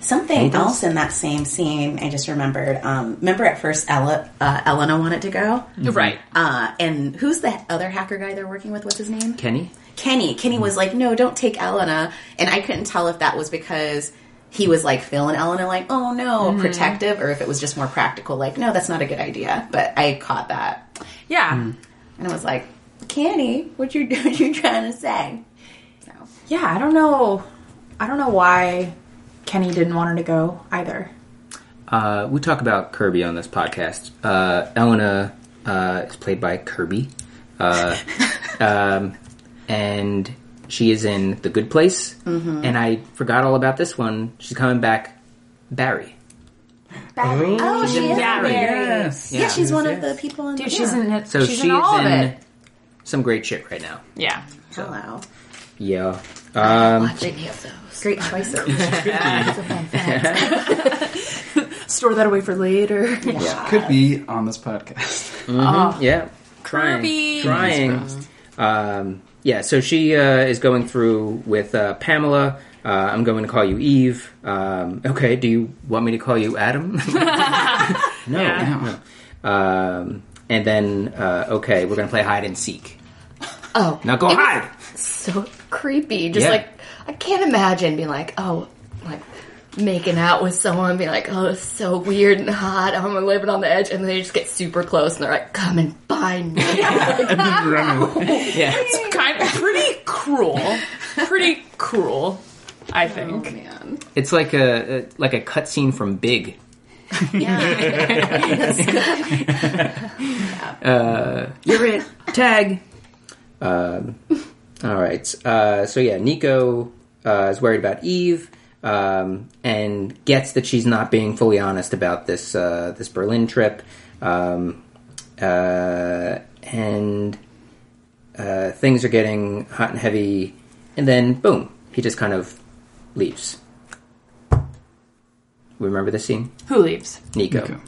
[SPEAKER 5] Something
[SPEAKER 1] does?
[SPEAKER 5] else in that same scene, I just remembered. Um,
[SPEAKER 6] remember at first Ella, uh, Elena wanted to go
[SPEAKER 4] Right.
[SPEAKER 6] Uh, and who's the other hacker guy they're working with? What's his name?
[SPEAKER 1] Kenny?
[SPEAKER 6] Kenny. Kenny was like, no, don't take Elena. And I couldn't tell if that was because he was like feeling Elena, like, oh no,
[SPEAKER 3] Mm-hmm.
[SPEAKER 6] protective, or if it was just more practical, like, no, that's not a good idea. But I caught that.
[SPEAKER 4] Yeah.
[SPEAKER 6] And I was like, Kenny, what you what you trying to say?
[SPEAKER 4] Yeah, I don't know. I don't know why Kenny didn't want her to go either.
[SPEAKER 1] Uh, we talk about Kirby on this podcast. Uh, Elena uh, is played by Kirby, uh, um, and she is in The Good Place. And I forgot all about this one. She's coming back, Barry.
[SPEAKER 6] Oh, she is. Yeah,
[SPEAKER 4] Barry.
[SPEAKER 2] yes.
[SPEAKER 1] Yeah.
[SPEAKER 6] she's one of the people in the
[SPEAKER 4] Dude, she's in it.
[SPEAKER 1] So
[SPEAKER 4] she's
[SPEAKER 1] she
[SPEAKER 4] in all
[SPEAKER 1] is
[SPEAKER 4] of
[SPEAKER 1] in
[SPEAKER 4] it.
[SPEAKER 1] some great shit right now.
[SPEAKER 4] Yeah.
[SPEAKER 6] Hello.
[SPEAKER 1] Yeah.
[SPEAKER 3] Watch any of those.
[SPEAKER 6] Great choices.
[SPEAKER 4] Store that away for later.
[SPEAKER 2] Could be on this podcast.
[SPEAKER 1] Mm-hmm. Yeah. Trying.
[SPEAKER 4] Kirby.
[SPEAKER 1] Trying. Um, yeah, so she uh, is going through with uh, Pamela. Uh, I'm going to call you Eve. Um, okay, do you want me to call you Adam? no.
[SPEAKER 2] Yeah.
[SPEAKER 1] no. Um, and then, uh, okay, we're going to play hide and seek.
[SPEAKER 3] Oh,
[SPEAKER 1] Now go
[SPEAKER 3] It was
[SPEAKER 1] hide!
[SPEAKER 3] So creepy. Just
[SPEAKER 1] Yeah.
[SPEAKER 3] like I can't imagine being like, oh, like making out with someone, being like, oh, it's so weird and hot. I'm living on the edge, and then they just get super close, and they're like, come and find me.
[SPEAKER 1] Yeah.
[SPEAKER 4] It's kind of pretty cruel. Pretty cruel, I think.
[SPEAKER 6] man.
[SPEAKER 1] It's like a, a like a cutscene from Big. Uh,
[SPEAKER 2] You're it. Tag.
[SPEAKER 1] Um, All right. Uh, so yeah, Nico uh, is worried about Eve um, and gets that she's not being fully honest about this uh, this Berlin trip, um, uh, and uh, things are getting hot and heavy. And then boom, he just kind of leaves. Remember this scene,
[SPEAKER 4] Who leaves?
[SPEAKER 1] Nico?
[SPEAKER 2] Nico.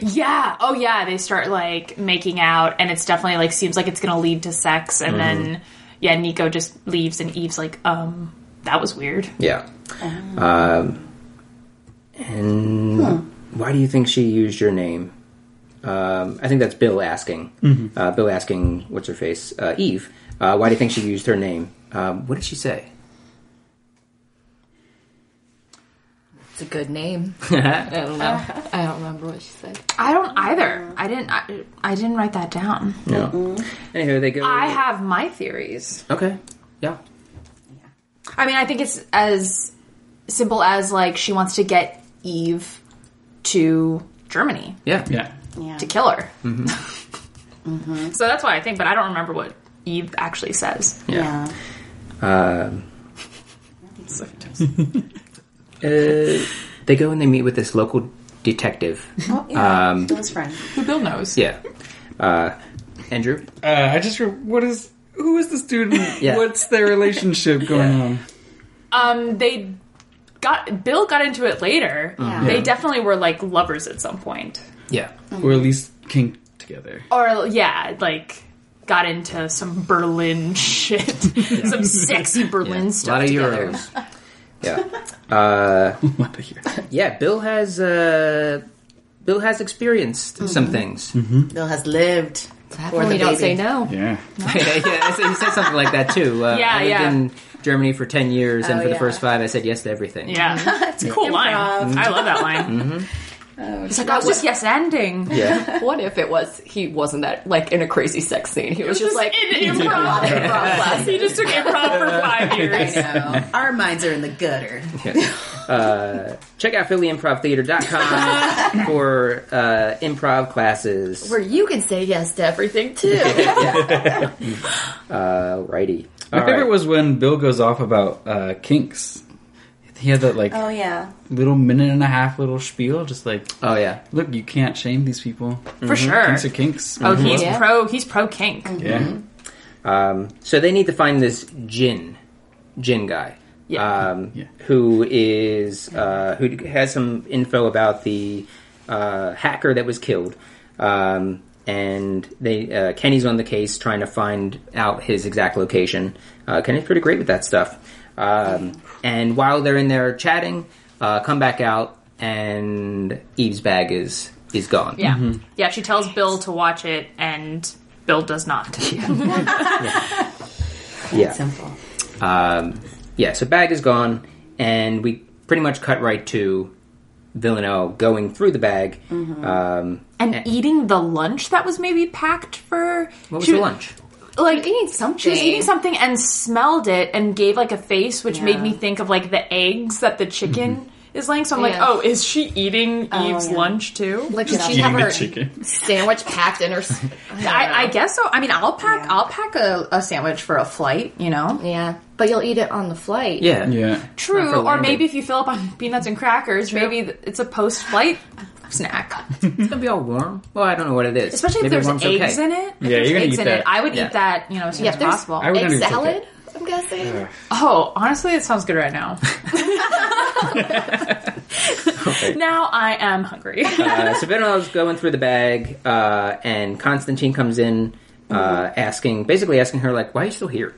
[SPEAKER 4] Yeah. Oh, yeah. They start like making out, and it's definitely like seems like it's going to lead to sex, and then yeah, Nico just leaves, and Eve's like, um, that was weird.
[SPEAKER 1] Yeah.
[SPEAKER 4] Oh.
[SPEAKER 1] Um, and why do you think she used your name? Um, I think that's Bill asking. Uh, Bill asking, what's her face? Uh, Eve. Uh, why do you think she used her name? Um, what did she say?
[SPEAKER 3] it's a good name. I don't know. I don't remember what she said.
[SPEAKER 4] I don't either. I didn't. I, I didn't write that down.
[SPEAKER 1] No. Anywho, they go.
[SPEAKER 4] Mm-hmm. I have my theories.
[SPEAKER 1] okay. Yeah.
[SPEAKER 4] I mean, I think it's as simple as like she wants to get Eve to Germany
[SPEAKER 1] Yeah.
[SPEAKER 2] Yeah.
[SPEAKER 4] to kill her.
[SPEAKER 1] Mm-hmm.
[SPEAKER 4] so that's why I think, but I don't remember what Eve actually says.
[SPEAKER 5] Yeah.
[SPEAKER 1] Uh, they go and they meet with this local detective.
[SPEAKER 5] Oh, yeah.
[SPEAKER 3] Um,
[SPEAKER 5] it was fun.
[SPEAKER 4] Who Bill knows.
[SPEAKER 1] yeah. Uh, Andrew.
[SPEAKER 2] Uh, I just re- what is who is this dude? and
[SPEAKER 1] Yeah.
[SPEAKER 2] What's their relationship going on?
[SPEAKER 4] Um, they got Bill got into it later. They definitely were like lovers at some point,
[SPEAKER 1] Yeah.
[SPEAKER 2] Or at least kink together.
[SPEAKER 4] or yeah, like got into some Berlin shit, some sexy Berlin
[SPEAKER 1] A
[SPEAKER 4] stuff.
[SPEAKER 1] lot of
[SPEAKER 4] together.
[SPEAKER 1] euros. yeah.
[SPEAKER 2] What to hear?
[SPEAKER 1] Yeah. Bill has. Uh, Bill has experienced
[SPEAKER 2] Mm-hmm.
[SPEAKER 1] some things.
[SPEAKER 6] Bill has lived.
[SPEAKER 3] How
[SPEAKER 6] Or
[SPEAKER 3] come
[SPEAKER 6] the
[SPEAKER 3] we don't
[SPEAKER 6] baby.
[SPEAKER 3] say no?
[SPEAKER 2] Yeah.
[SPEAKER 1] yeah, yeah. I said- He said something like that too. Uh,
[SPEAKER 4] Yeah,
[SPEAKER 1] I lived
[SPEAKER 4] yeah.
[SPEAKER 1] in Germany for ten years, and
[SPEAKER 6] Oh,
[SPEAKER 1] for the
[SPEAKER 6] yeah.
[SPEAKER 1] first five, I said yes to everything.
[SPEAKER 4] Yeah, it's a cool line. I love that line. It's like I was just yes ending. It
[SPEAKER 1] Mm-hmm. yeah.
[SPEAKER 3] What if it was he wasn't that like in a crazy sex scene? He was,
[SPEAKER 4] was
[SPEAKER 3] just like
[SPEAKER 4] in improv.
[SPEAKER 3] improv class.
[SPEAKER 4] He just took improv for five years.
[SPEAKER 6] Our minds are in the gutter.
[SPEAKER 1] Uh, Check out phillyimprovtheater.com for uh, improv classes.
[SPEAKER 3] Where you can say yes to everything too.
[SPEAKER 1] Alrighty.
[SPEAKER 2] My
[SPEAKER 1] All
[SPEAKER 2] favorite
[SPEAKER 1] right.
[SPEAKER 2] was when Bill goes off about uh, kinks. He had that like
[SPEAKER 5] Oh, yeah.
[SPEAKER 2] little minute and a half little spiel, just like,
[SPEAKER 1] Oh yeah.
[SPEAKER 2] look, you can't shame these people.
[SPEAKER 4] For
[SPEAKER 1] Mm-hmm.
[SPEAKER 4] sure.
[SPEAKER 2] Kinks are kinks.
[SPEAKER 4] Oh, he's
[SPEAKER 3] Yeah.
[SPEAKER 4] pro. He's pro kink.
[SPEAKER 2] yeah.
[SPEAKER 1] Um, so they need to find this Jin, Jin guy,
[SPEAKER 4] Yeah.
[SPEAKER 1] um,
[SPEAKER 2] Yeah.
[SPEAKER 1] who is uh, who has some info about the uh, hacker that was killed. Um, and they uh, Kenny's on the case trying to find out his exact location. Uh, Kenny's pretty great with that stuff. Um, and while they're in there chatting, uh, come back out and Eve's bag is is gone.
[SPEAKER 4] Yeah. Yeah, she tells Bill to watch it, and Bill does not.
[SPEAKER 1] yeah.
[SPEAKER 5] Simple.
[SPEAKER 1] Um, yeah, so bag is gone, and we pretty much cut right to Villanelle going through the bag. Um,
[SPEAKER 4] And eating the lunch that was maybe packed for.
[SPEAKER 1] what was
[SPEAKER 4] she-
[SPEAKER 1] the lunch?
[SPEAKER 4] Like,
[SPEAKER 3] Eating something.
[SPEAKER 4] she was eating something and smelled it and gave like a face, which made me think of like the eggs that the chicken
[SPEAKER 1] Mm-hmm.
[SPEAKER 4] is laying. So I'm like,
[SPEAKER 3] Yeah.
[SPEAKER 4] oh, is she eating Eve's
[SPEAKER 5] yeah.
[SPEAKER 4] lunch too?
[SPEAKER 3] Like did she have her
[SPEAKER 2] chicken.
[SPEAKER 3] sandwich packed in her? s-
[SPEAKER 4] I, I guess so. I mean, I'll pack. I'll pack a, a sandwich for a flight. You know,
[SPEAKER 3] Yeah, but you'll eat it on the flight.
[SPEAKER 1] Yeah.
[SPEAKER 2] Yeah.
[SPEAKER 1] Not for
[SPEAKER 4] true. Or
[SPEAKER 1] landing.
[SPEAKER 4] maybe if you fill up on peanuts and crackers, maybe th- it's a post-flight snack.
[SPEAKER 1] It's going to be all warm. Well, I don't know what it is.
[SPEAKER 4] Especially if
[SPEAKER 1] Maybe
[SPEAKER 4] there's
[SPEAKER 1] warm's
[SPEAKER 4] eggs
[SPEAKER 1] okay.
[SPEAKER 4] in it. If
[SPEAKER 2] Yeah,
[SPEAKER 4] there's
[SPEAKER 2] you're gonna
[SPEAKER 4] eggs
[SPEAKER 2] eat
[SPEAKER 4] in it.
[SPEAKER 2] that.
[SPEAKER 4] I would
[SPEAKER 1] Yeah.
[SPEAKER 4] eat that, you know, as soon
[SPEAKER 3] Yeah,
[SPEAKER 4] as
[SPEAKER 3] if there's-
[SPEAKER 4] possible.
[SPEAKER 2] I would not
[SPEAKER 3] Egg
[SPEAKER 2] even take
[SPEAKER 3] salad.
[SPEAKER 2] it.
[SPEAKER 3] I'm guessing.
[SPEAKER 4] oh, honestly, it sounds good right now. Now I am hungry.
[SPEAKER 1] uh, so Villanelle's going through the bag, uh,
[SPEAKER 4] Mm-hmm.
[SPEAKER 1] and Constantine comes in, uh, asking, basically asking her, like, why are you still here?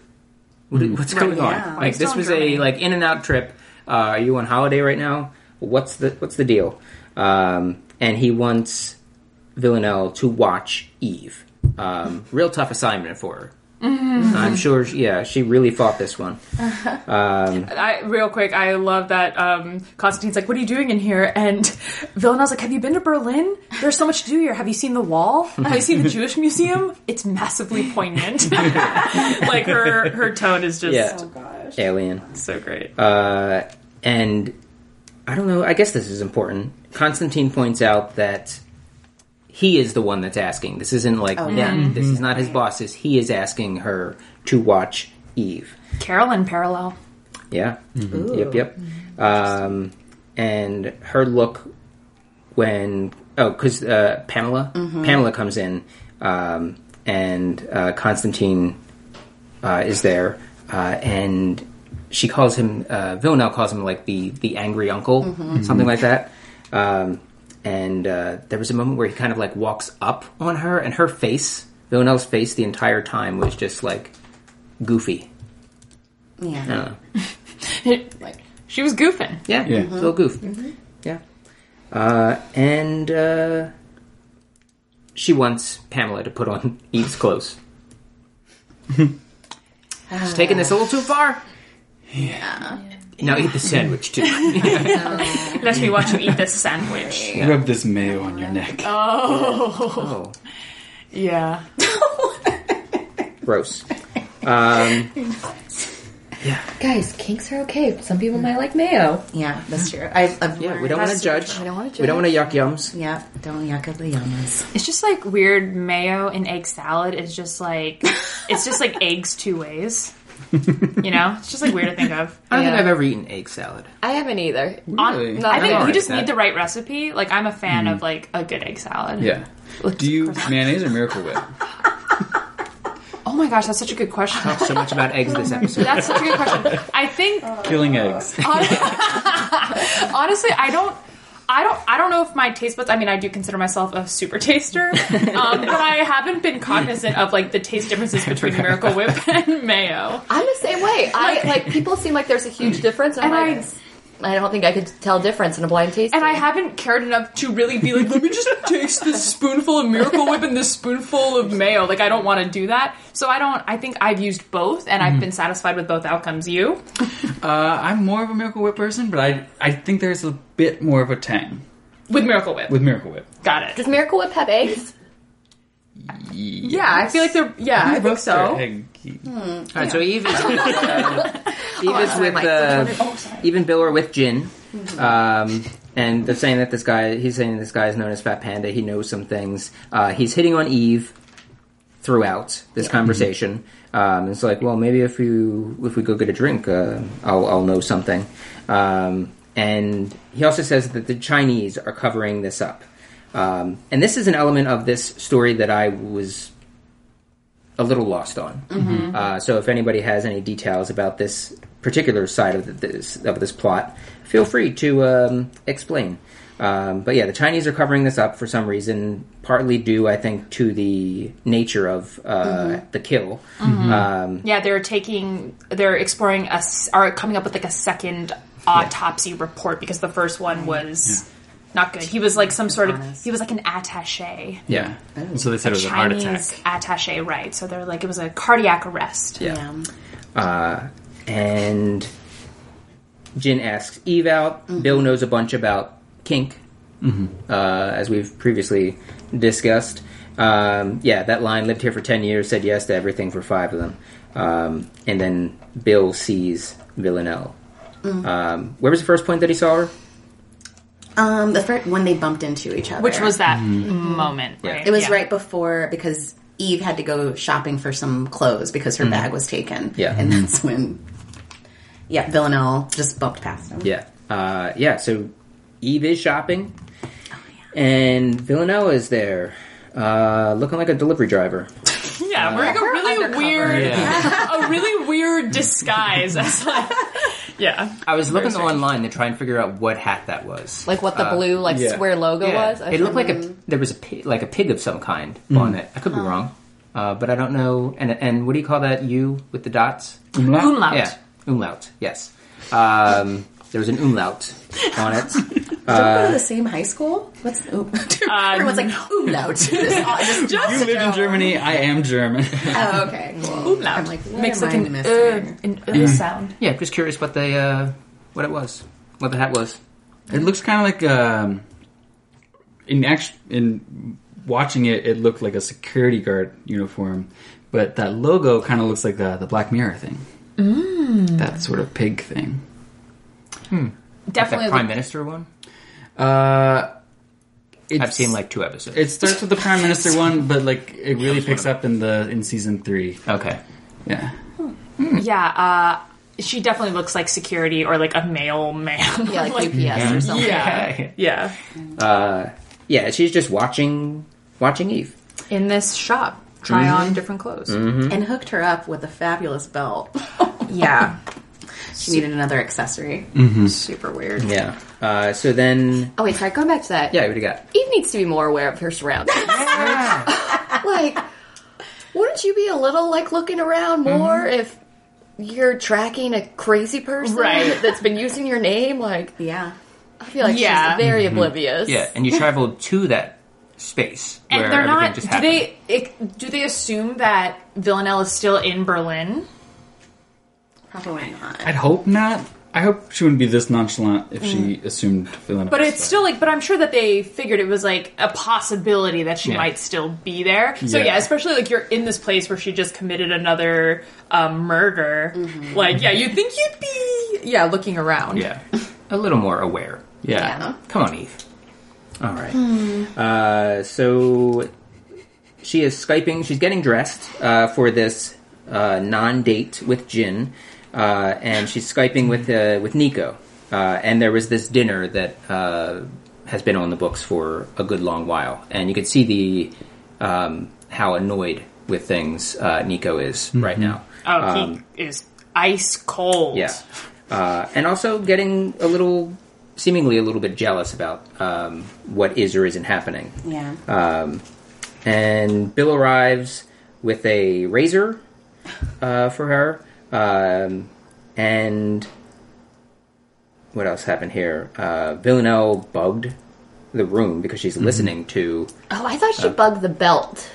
[SPEAKER 1] What, What's going on?
[SPEAKER 6] yeah.
[SPEAKER 1] Like
[SPEAKER 6] I'm
[SPEAKER 1] this
[SPEAKER 6] still
[SPEAKER 1] was
[SPEAKER 6] Germany.
[SPEAKER 1] a like in and out trip. Uh, are you on holiday right now? What's the What's the deal? Um, and he wants Villanelle to watch Eve. Um, real tough assignment for her.
[SPEAKER 4] Mm-hmm.
[SPEAKER 1] I'm sure. She, yeah, she really fought this one.
[SPEAKER 4] I, real quick, I love that um, Constantine's like, "What are you doing in here?" And Villanelle's like, "Have you been to Berlin? There's so much to do here. Have you seen the wall? Have you seen the Jewish Museum? It's massively poignant." like her her tone is just
[SPEAKER 1] Yeah,
[SPEAKER 5] gosh.
[SPEAKER 1] alien.
[SPEAKER 4] so great.
[SPEAKER 1] Uh, and I don't know. I guess this is important. Constantine points out that he is the one that's asking. This isn't like them. This is not his bosses. He is asking her to watch Eve.
[SPEAKER 4] Carolyn parallel.
[SPEAKER 1] Yeah. Yep. Yep. Um, and her look when oh, because uh, Pamela Pamela comes in, um, and uh, Constantine uh, is there, uh, and she calls him uh, Villanelle calls him like the the angry uncle, something like that. Um, and uh, there was a moment where he kind of like walks up on her, and her face, Villanelle's face, the entire time was just like goofy.
[SPEAKER 6] Yeah.
[SPEAKER 1] I don't know.
[SPEAKER 4] like she was goofing.
[SPEAKER 1] Yeah,
[SPEAKER 2] Yeah.
[SPEAKER 1] it's a little goof. Yeah. Uh, and uh, she wants Pamela to put on Eve's clothes. She's taking this a little too far. Yeah. Now eat the sandwich too.
[SPEAKER 4] Let me watch you eat this sandwich.
[SPEAKER 2] Rub this mayo on your neck.
[SPEAKER 1] oh,
[SPEAKER 4] Yeah.
[SPEAKER 1] gross. Um,
[SPEAKER 7] Guys, kinks are okay. Some people might like mayo.
[SPEAKER 6] Yeah, that's true. I, I've
[SPEAKER 1] Yeah, we
[SPEAKER 6] learned-
[SPEAKER 1] don't want to judge.
[SPEAKER 3] I don't want to
[SPEAKER 1] We don't want to yuck yums.
[SPEAKER 6] Yeah, don't yuck at the yamas.
[SPEAKER 4] It's just like weird mayo and egg salad is just like it's just like eggs two ways. You know? It's just like weird to think of.
[SPEAKER 1] I don't
[SPEAKER 3] Yeah.
[SPEAKER 1] think I've ever eaten egg salad.
[SPEAKER 3] I haven't either.
[SPEAKER 4] On-
[SPEAKER 2] Really?
[SPEAKER 4] I think
[SPEAKER 1] alright
[SPEAKER 4] you just
[SPEAKER 1] with that.
[SPEAKER 4] need the right recipe. Like I'm a fan of like a good egg salad.
[SPEAKER 2] Yeah. Do you mayonnaise or Miracle Whip?
[SPEAKER 4] Oh my gosh, that's such a good question.
[SPEAKER 1] So much about eggs this episode.
[SPEAKER 4] That's such a good question. I think
[SPEAKER 2] Killing eggs.
[SPEAKER 4] Uh, honestly, I don't. I don't. I don't know if my taste buds. I mean, I do consider myself a super taster, um, but I haven't been cognizant of like the taste differences between Miracle Whip and mayo.
[SPEAKER 3] I'm the same way. I like people seem like there's a huge difference, and, I'm
[SPEAKER 4] And
[SPEAKER 3] like, I, don't think I could tell difference in a blind taste.
[SPEAKER 4] And I haven't cared enough to really be like, let me just taste this spoonful of Miracle Whip and this spoonful of mayo. Like, I don't want to do that. So I don't. I think I've used both, and I've been satisfied with both outcomes. You?
[SPEAKER 2] Uh, I'm more of a Miracle Whip person, but I I think there's a bit more of a tang
[SPEAKER 4] With Miracle Whip.
[SPEAKER 2] with Miracle Whip.
[SPEAKER 4] Got it.
[SPEAKER 3] Does Miracle Whip have eggs?
[SPEAKER 4] Yeah, I feel like they're. Yeah, I think
[SPEAKER 2] Both
[SPEAKER 4] so.
[SPEAKER 2] are
[SPEAKER 4] Hmm.
[SPEAKER 2] eggy.
[SPEAKER 1] All right, so Eve is, uh, Eve is with
[SPEAKER 3] Mike.
[SPEAKER 1] uh, even Bill are with Jin, um, and they're saying that this guy he's saying this guy is known as Fat Panda. He knows some things. Uh, he's hitting on Eve throughout this conversation. Um, it's like, well, maybe if you if we go get a drink, uh, I'll, I'll know something. Um, and he also says that the Chinese are covering this up. Um, and this is an element of this story that I was a little lost on. Uh, so if anybody has any details about this particular side of the, this of this plot, feel free to um, explain. Um, but yeah, the Chinese are covering this up for some reason, partly due, I think, to the nature of uh, the kill. Um,
[SPEAKER 4] Yeah, they're taking, they're exploring us, are coming up with like a second autopsy report because the first one was not good. He was like some sort of, he was like an attaché,
[SPEAKER 1] yeah,
[SPEAKER 8] So they said it was a heart
[SPEAKER 4] Chinese
[SPEAKER 8] attack.
[SPEAKER 4] attaché, right? So they're like, it was a cardiac arrest.
[SPEAKER 1] yeah.
[SPEAKER 6] Yeah.
[SPEAKER 1] And Jin asks Eve out. Bill knows a bunch about kink, uh, as we've previously discussed. Um, yeah, that line lived here for 10 years, said yes to everything for five of them. Um, and then Bill sees Villanelle. Um, where was the first point that he saw her?
[SPEAKER 6] Um, the first when they bumped into each other,
[SPEAKER 4] Which was that moment, right?
[SPEAKER 6] it was
[SPEAKER 4] Yeah.
[SPEAKER 6] right before because Eve had to go shopping for some clothes because her bag was taken.
[SPEAKER 1] Yeah.
[SPEAKER 6] and that's when, yeah, Villanelle just bumped past him.
[SPEAKER 1] Yeah. Uh, yeah, so Eve is shopping. And Villanelle is there, uh, looking like a delivery driver.
[SPEAKER 4] Yeah, we're like a really weird, a really weird disguise. As like, yeah,
[SPEAKER 1] I was looking online to try and figure out what hat that was.
[SPEAKER 3] Like what the blue like
[SPEAKER 2] yeah.
[SPEAKER 3] square logo
[SPEAKER 1] Yeah.
[SPEAKER 3] was? I
[SPEAKER 1] it looked
[SPEAKER 3] don't
[SPEAKER 1] Mm.
[SPEAKER 4] Oh.
[SPEAKER 1] like a there was a pig, like a pig of some kind on it. I could be wrong. uh, but I don't know. And and what do you call that U with the dots?
[SPEAKER 2] Umlaut?
[SPEAKER 4] Umlaut.
[SPEAKER 1] Yeah, umlaut. Yes, um, there was an umlaut on it.
[SPEAKER 6] Don't go to the same high school. What's oom? everyone's like umlaut? Just,
[SPEAKER 2] You live in Germany. I am German.
[SPEAKER 6] oh, okay, cool.
[SPEAKER 4] Umlaut.
[SPEAKER 6] I'm like, what
[SPEAKER 4] Makes
[SPEAKER 6] am
[SPEAKER 4] like
[SPEAKER 6] I
[SPEAKER 4] an
[SPEAKER 6] missing?
[SPEAKER 4] uh, an uh sound.
[SPEAKER 1] Yeah, just curious what the uh, what it was, what the hat was.
[SPEAKER 2] It looks kind of like um, in act in watching it, it looked like a security guard uniform, but that logo kind of looks like the the Black Mirror thing. Mm. That sort of pig thing.
[SPEAKER 4] Definitely.
[SPEAKER 1] that prime minister one.
[SPEAKER 2] Uh, it's,
[SPEAKER 1] I've seen like two episodes.
[SPEAKER 2] it starts with the prime minister one, but like it really picks up in the in season three.
[SPEAKER 1] okay,
[SPEAKER 2] Yeah,
[SPEAKER 4] yeah. Uh, she definitely looks like security or like a mailman.
[SPEAKER 6] Yeah, like, UPS or something.
[SPEAKER 4] yeah, yeah.
[SPEAKER 1] uh, yeah, she's just watching watching Eve.
[SPEAKER 4] In this shop, try on different clothes.
[SPEAKER 6] And hooked her up with a fabulous belt.
[SPEAKER 4] Yeah,
[SPEAKER 6] she needed another accessory.
[SPEAKER 4] super weird.
[SPEAKER 1] Yeah. Uh, so then,
[SPEAKER 3] Oh wait, sorry. Going back to that.
[SPEAKER 1] yeah, what do you got?
[SPEAKER 3] Eve needs to be more aware of her surroundings. like, wouldn't you be a little like looking around more if you're tracking a crazy person
[SPEAKER 4] Right.
[SPEAKER 3] that's been using your name? Like,
[SPEAKER 6] Yeah.
[SPEAKER 3] I feel like
[SPEAKER 4] Yeah.
[SPEAKER 3] she's very oblivious.
[SPEAKER 1] Yeah, and you traveled to that space where
[SPEAKER 4] And they're
[SPEAKER 1] everything
[SPEAKER 4] not.
[SPEAKER 1] just
[SPEAKER 4] Do
[SPEAKER 1] happened.
[SPEAKER 4] they? It, do they assume that Villanelle is still in Berlin?
[SPEAKER 6] Probably not.
[SPEAKER 2] I'd hope not. I hope she wouldn't be this nonchalant if she assumed villain.
[SPEAKER 4] Mm. But it's still like, but I'm sure that they figured it was like a possibility that she
[SPEAKER 1] Yeah.
[SPEAKER 4] might still be there. So
[SPEAKER 2] Yeah.
[SPEAKER 4] yeah, especially like you're in this place where she just committed another um, murder. Like, yeah, you'd think you'd be yeah looking around.
[SPEAKER 1] Mm-hmm. Yeah, a little more aware.
[SPEAKER 2] yeah.
[SPEAKER 1] Come on, Eve. All right. Uh, so she is skyping. She's getting dressed uh, for this uh, non-date with Jin, uh, and she's skyping with uh, with Nico. Uh, and there was this dinner that uh, has been on the books for a good long while, and you can see the um, how annoyed with things uh, Nico is right now.
[SPEAKER 4] Oh, he is ice cold.
[SPEAKER 1] um, Yeah. Uh, and also getting a little, seemingly a little bit jealous about um, what is or isn't happening.
[SPEAKER 6] Yeah.
[SPEAKER 1] And Bill arrives with a razor uh, for her. Um, and what else happened here? Uh, Villanelle bugged the room because she's listening to.
[SPEAKER 3] Oh, I thought she bugged the belt.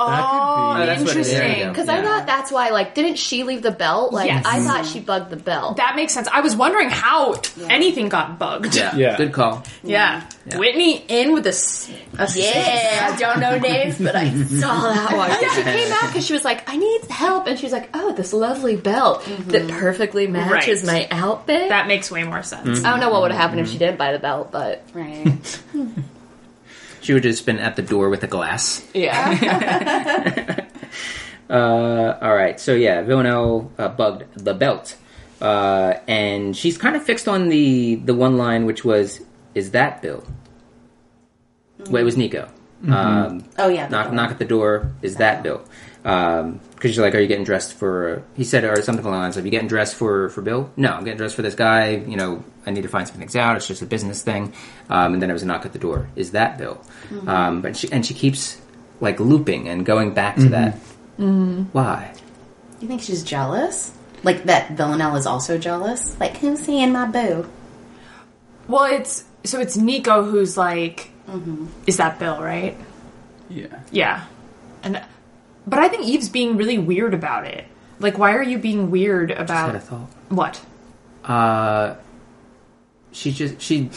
[SPEAKER 4] Oh,
[SPEAKER 2] That could be- Oh,
[SPEAKER 1] that's what it is. There we
[SPEAKER 4] interesting.
[SPEAKER 1] go.
[SPEAKER 3] Because I thought that's why, like, didn't she leave the belt? Like,
[SPEAKER 4] Yes.
[SPEAKER 3] I thought she bugged the belt.
[SPEAKER 4] That makes sense. I was wondering how anything got bugged.
[SPEAKER 2] Yeah.
[SPEAKER 1] Good call.
[SPEAKER 4] Yeah. Whitney in with a. s-
[SPEAKER 3] yeah, I don't know names, but I saw Oh, that one. Yeah, she came out because she was like, I need help. And she's like, oh, this lovely belt that perfectly matches
[SPEAKER 4] Right.
[SPEAKER 3] my outfit.
[SPEAKER 4] That makes way more sense.
[SPEAKER 1] Mm-hmm.
[SPEAKER 3] I don't know what would have happened if she didn't buy the belt, but
[SPEAKER 6] Right.
[SPEAKER 1] She would have just been at the door with a glass.
[SPEAKER 3] yeah.
[SPEAKER 1] Uh, all right, so yeah, Villanelle uh, bugged the belt, uh, and she's kind of fixed on the the one line, which was, "Is that Bill?" Well, it was Nico. Um,
[SPEAKER 6] Oh, yeah.
[SPEAKER 1] knock knock at the door. Is that Bill? Because she's like, "Are you getting dressed for?" He said, or something along the lines of, "You getting dressed for for Bill?" No, I'm getting dressed for this guy. You know, I need to find some things out. It's just a business thing. Um, and then it was a knock at the door. Is that Bill? Um, but she and she keeps like looping and going back to that. Why?
[SPEAKER 6] You think she's jealous? Like that Villanelle is also jealous? Like, who's seeing my boo?
[SPEAKER 4] Well, it's so it's Nico who's like, is that Bill right?
[SPEAKER 2] Yeah.
[SPEAKER 4] Mm-hmm. Yeah, and but I think Eve's being really weird about it. Like, why are you being weird
[SPEAKER 1] had a
[SPEAKER 4] about
[SPEAKER 1] thought.
[SPEAKER 4] what?
[SPEAKER 1] Uh, she just she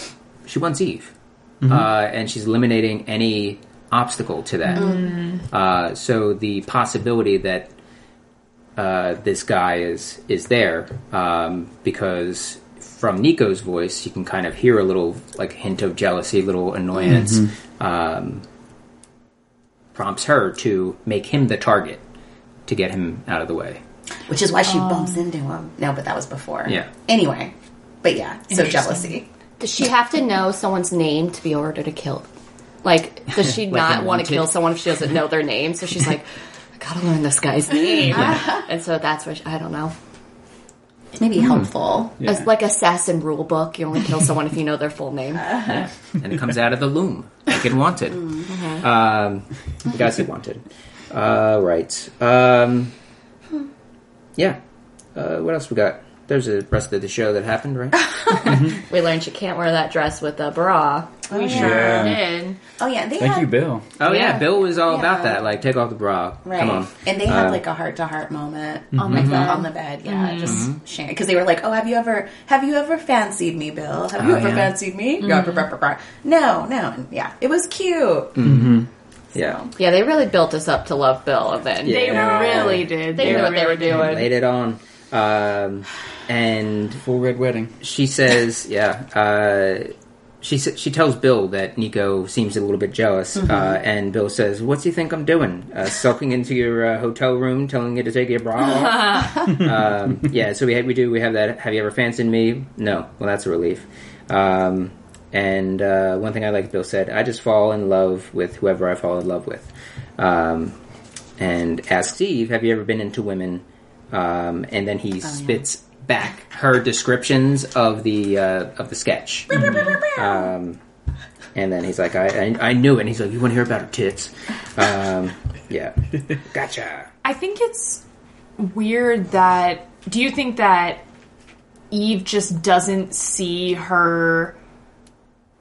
[SPEAKER 1] she wants Eve, uh, and she's eliminating any obstacle to that. Uh, so the possibility that uh, this guy is is there um, because from Nico's voice you can kind of hear a little like hint of jealousy, little annoyance. Um, prompts her to make him the target to get him out of the way.
[SPEAKER 6] Which is why she bumps into him. No, but that was before.
[SPEAKER 1] Yeah.
[SPEAKER 6] Anyway. But yeah, so jealousy.
[SPEAKER 3] Does she have to know someone's name to be ordered to kill? Like, does she not
[SPEAKER 1] in
[SPEAKER 3] want to
[SPEAKER 1] Wanted.
[SPEAKER 3] kill someone if she doesn't know their name? So she's like, I gotta learn this guy's name. And so that's what she, I don't know.
[SPEAKER 6] Maybe
[SPEAKER 1] Hmm.
[SPEAKER 6] helpful.
[SPEAKER 2] Yeah.
[SPEAKER 3] It's like assassin rule book. You only kill someone if you know their full name.
[SPEAKER 6] Mm,
[SPEAKER 1] and it comes out of the loom like in Wanted. Um, you guys see Wanted. Uh, right. Um, yeah. Uh, what else we got? There's the rest of the show that happened, right?
[SPEAKER 3] We learned you can't wear that dress with a bra.
[SPEAKER 4] We sure
[SPEAKER 2] Yeah.
[SPEAKER 4] did.
[SPEAKER 6] Oh yeah, they
[SPEAKER 2] Thank
[SPEAKER 6] had,
[SPEAKER 2] you, Bill.
[SPEAKER 1] Oh yeah, Bill was all about
[SPEAKER 6] Yeah.
[SPEAKER 1] that. Like, take off the bra.
[SPEAKER 6] Right.
[SPEAKER 1] Come on. Uh, mm-hmm.
[SPEAKER 6] And they had like a heart to heart moment on the bed. On the bed, yeah, just sharing because they were like, "Oh, have you ever have you ever fancied me, Bill? Have you
[SPEAKER 1] Oh,
[SPEAKER 6] ever
[SPEAKER 1] yeah.
[SPEAKER 6] fancied me? Blah, blah, blah, blah, blah. No, no, and yeah, it was cute.
[SPEAKER 1] Mm. Yeah.
[SPEAKER 3] Yeah, they really built us up to love Bill, and then
[SPEAKER 4] They
[SPEAKER 1] Yeah.
[SPEAKER 4] really did. They
[SPEAKER 3] they knew what they
[SPEAKER 4] really
[SPEAKER 3] were
[SPEAKER 4] did.
[SPEAKER 3] doing.
[SPEAKER 1] Laid it on. Um, and
[SPEAKER 2] Full red wedding.
[SPEAKER 1] she says, yeah, uh, she s- she tells Bill that Nico seems a little bit jealous, uh, and Bill says, "What's he think I'm doing? Uh, sulking into your uh, hotel room, telling you to take your bra off?" um, yeah, so we had, we do we have that. Have you ever fancied me? No. Well, that's a relief. Um, and uh, one thing I like Bill said, I just fall in love with whoever I fall in love with. Um, and asks Eve, "Have you ever been into women?" Um, and then he spits back her descriptions of the uh, of the sketch. um, and then he's like, I, I I knew it. And he's like, you want to hear about her tits? Um, yeah, gotcha.
[SPEAKER 4] I think it's weird that. Do you think that Eve just doesn't see her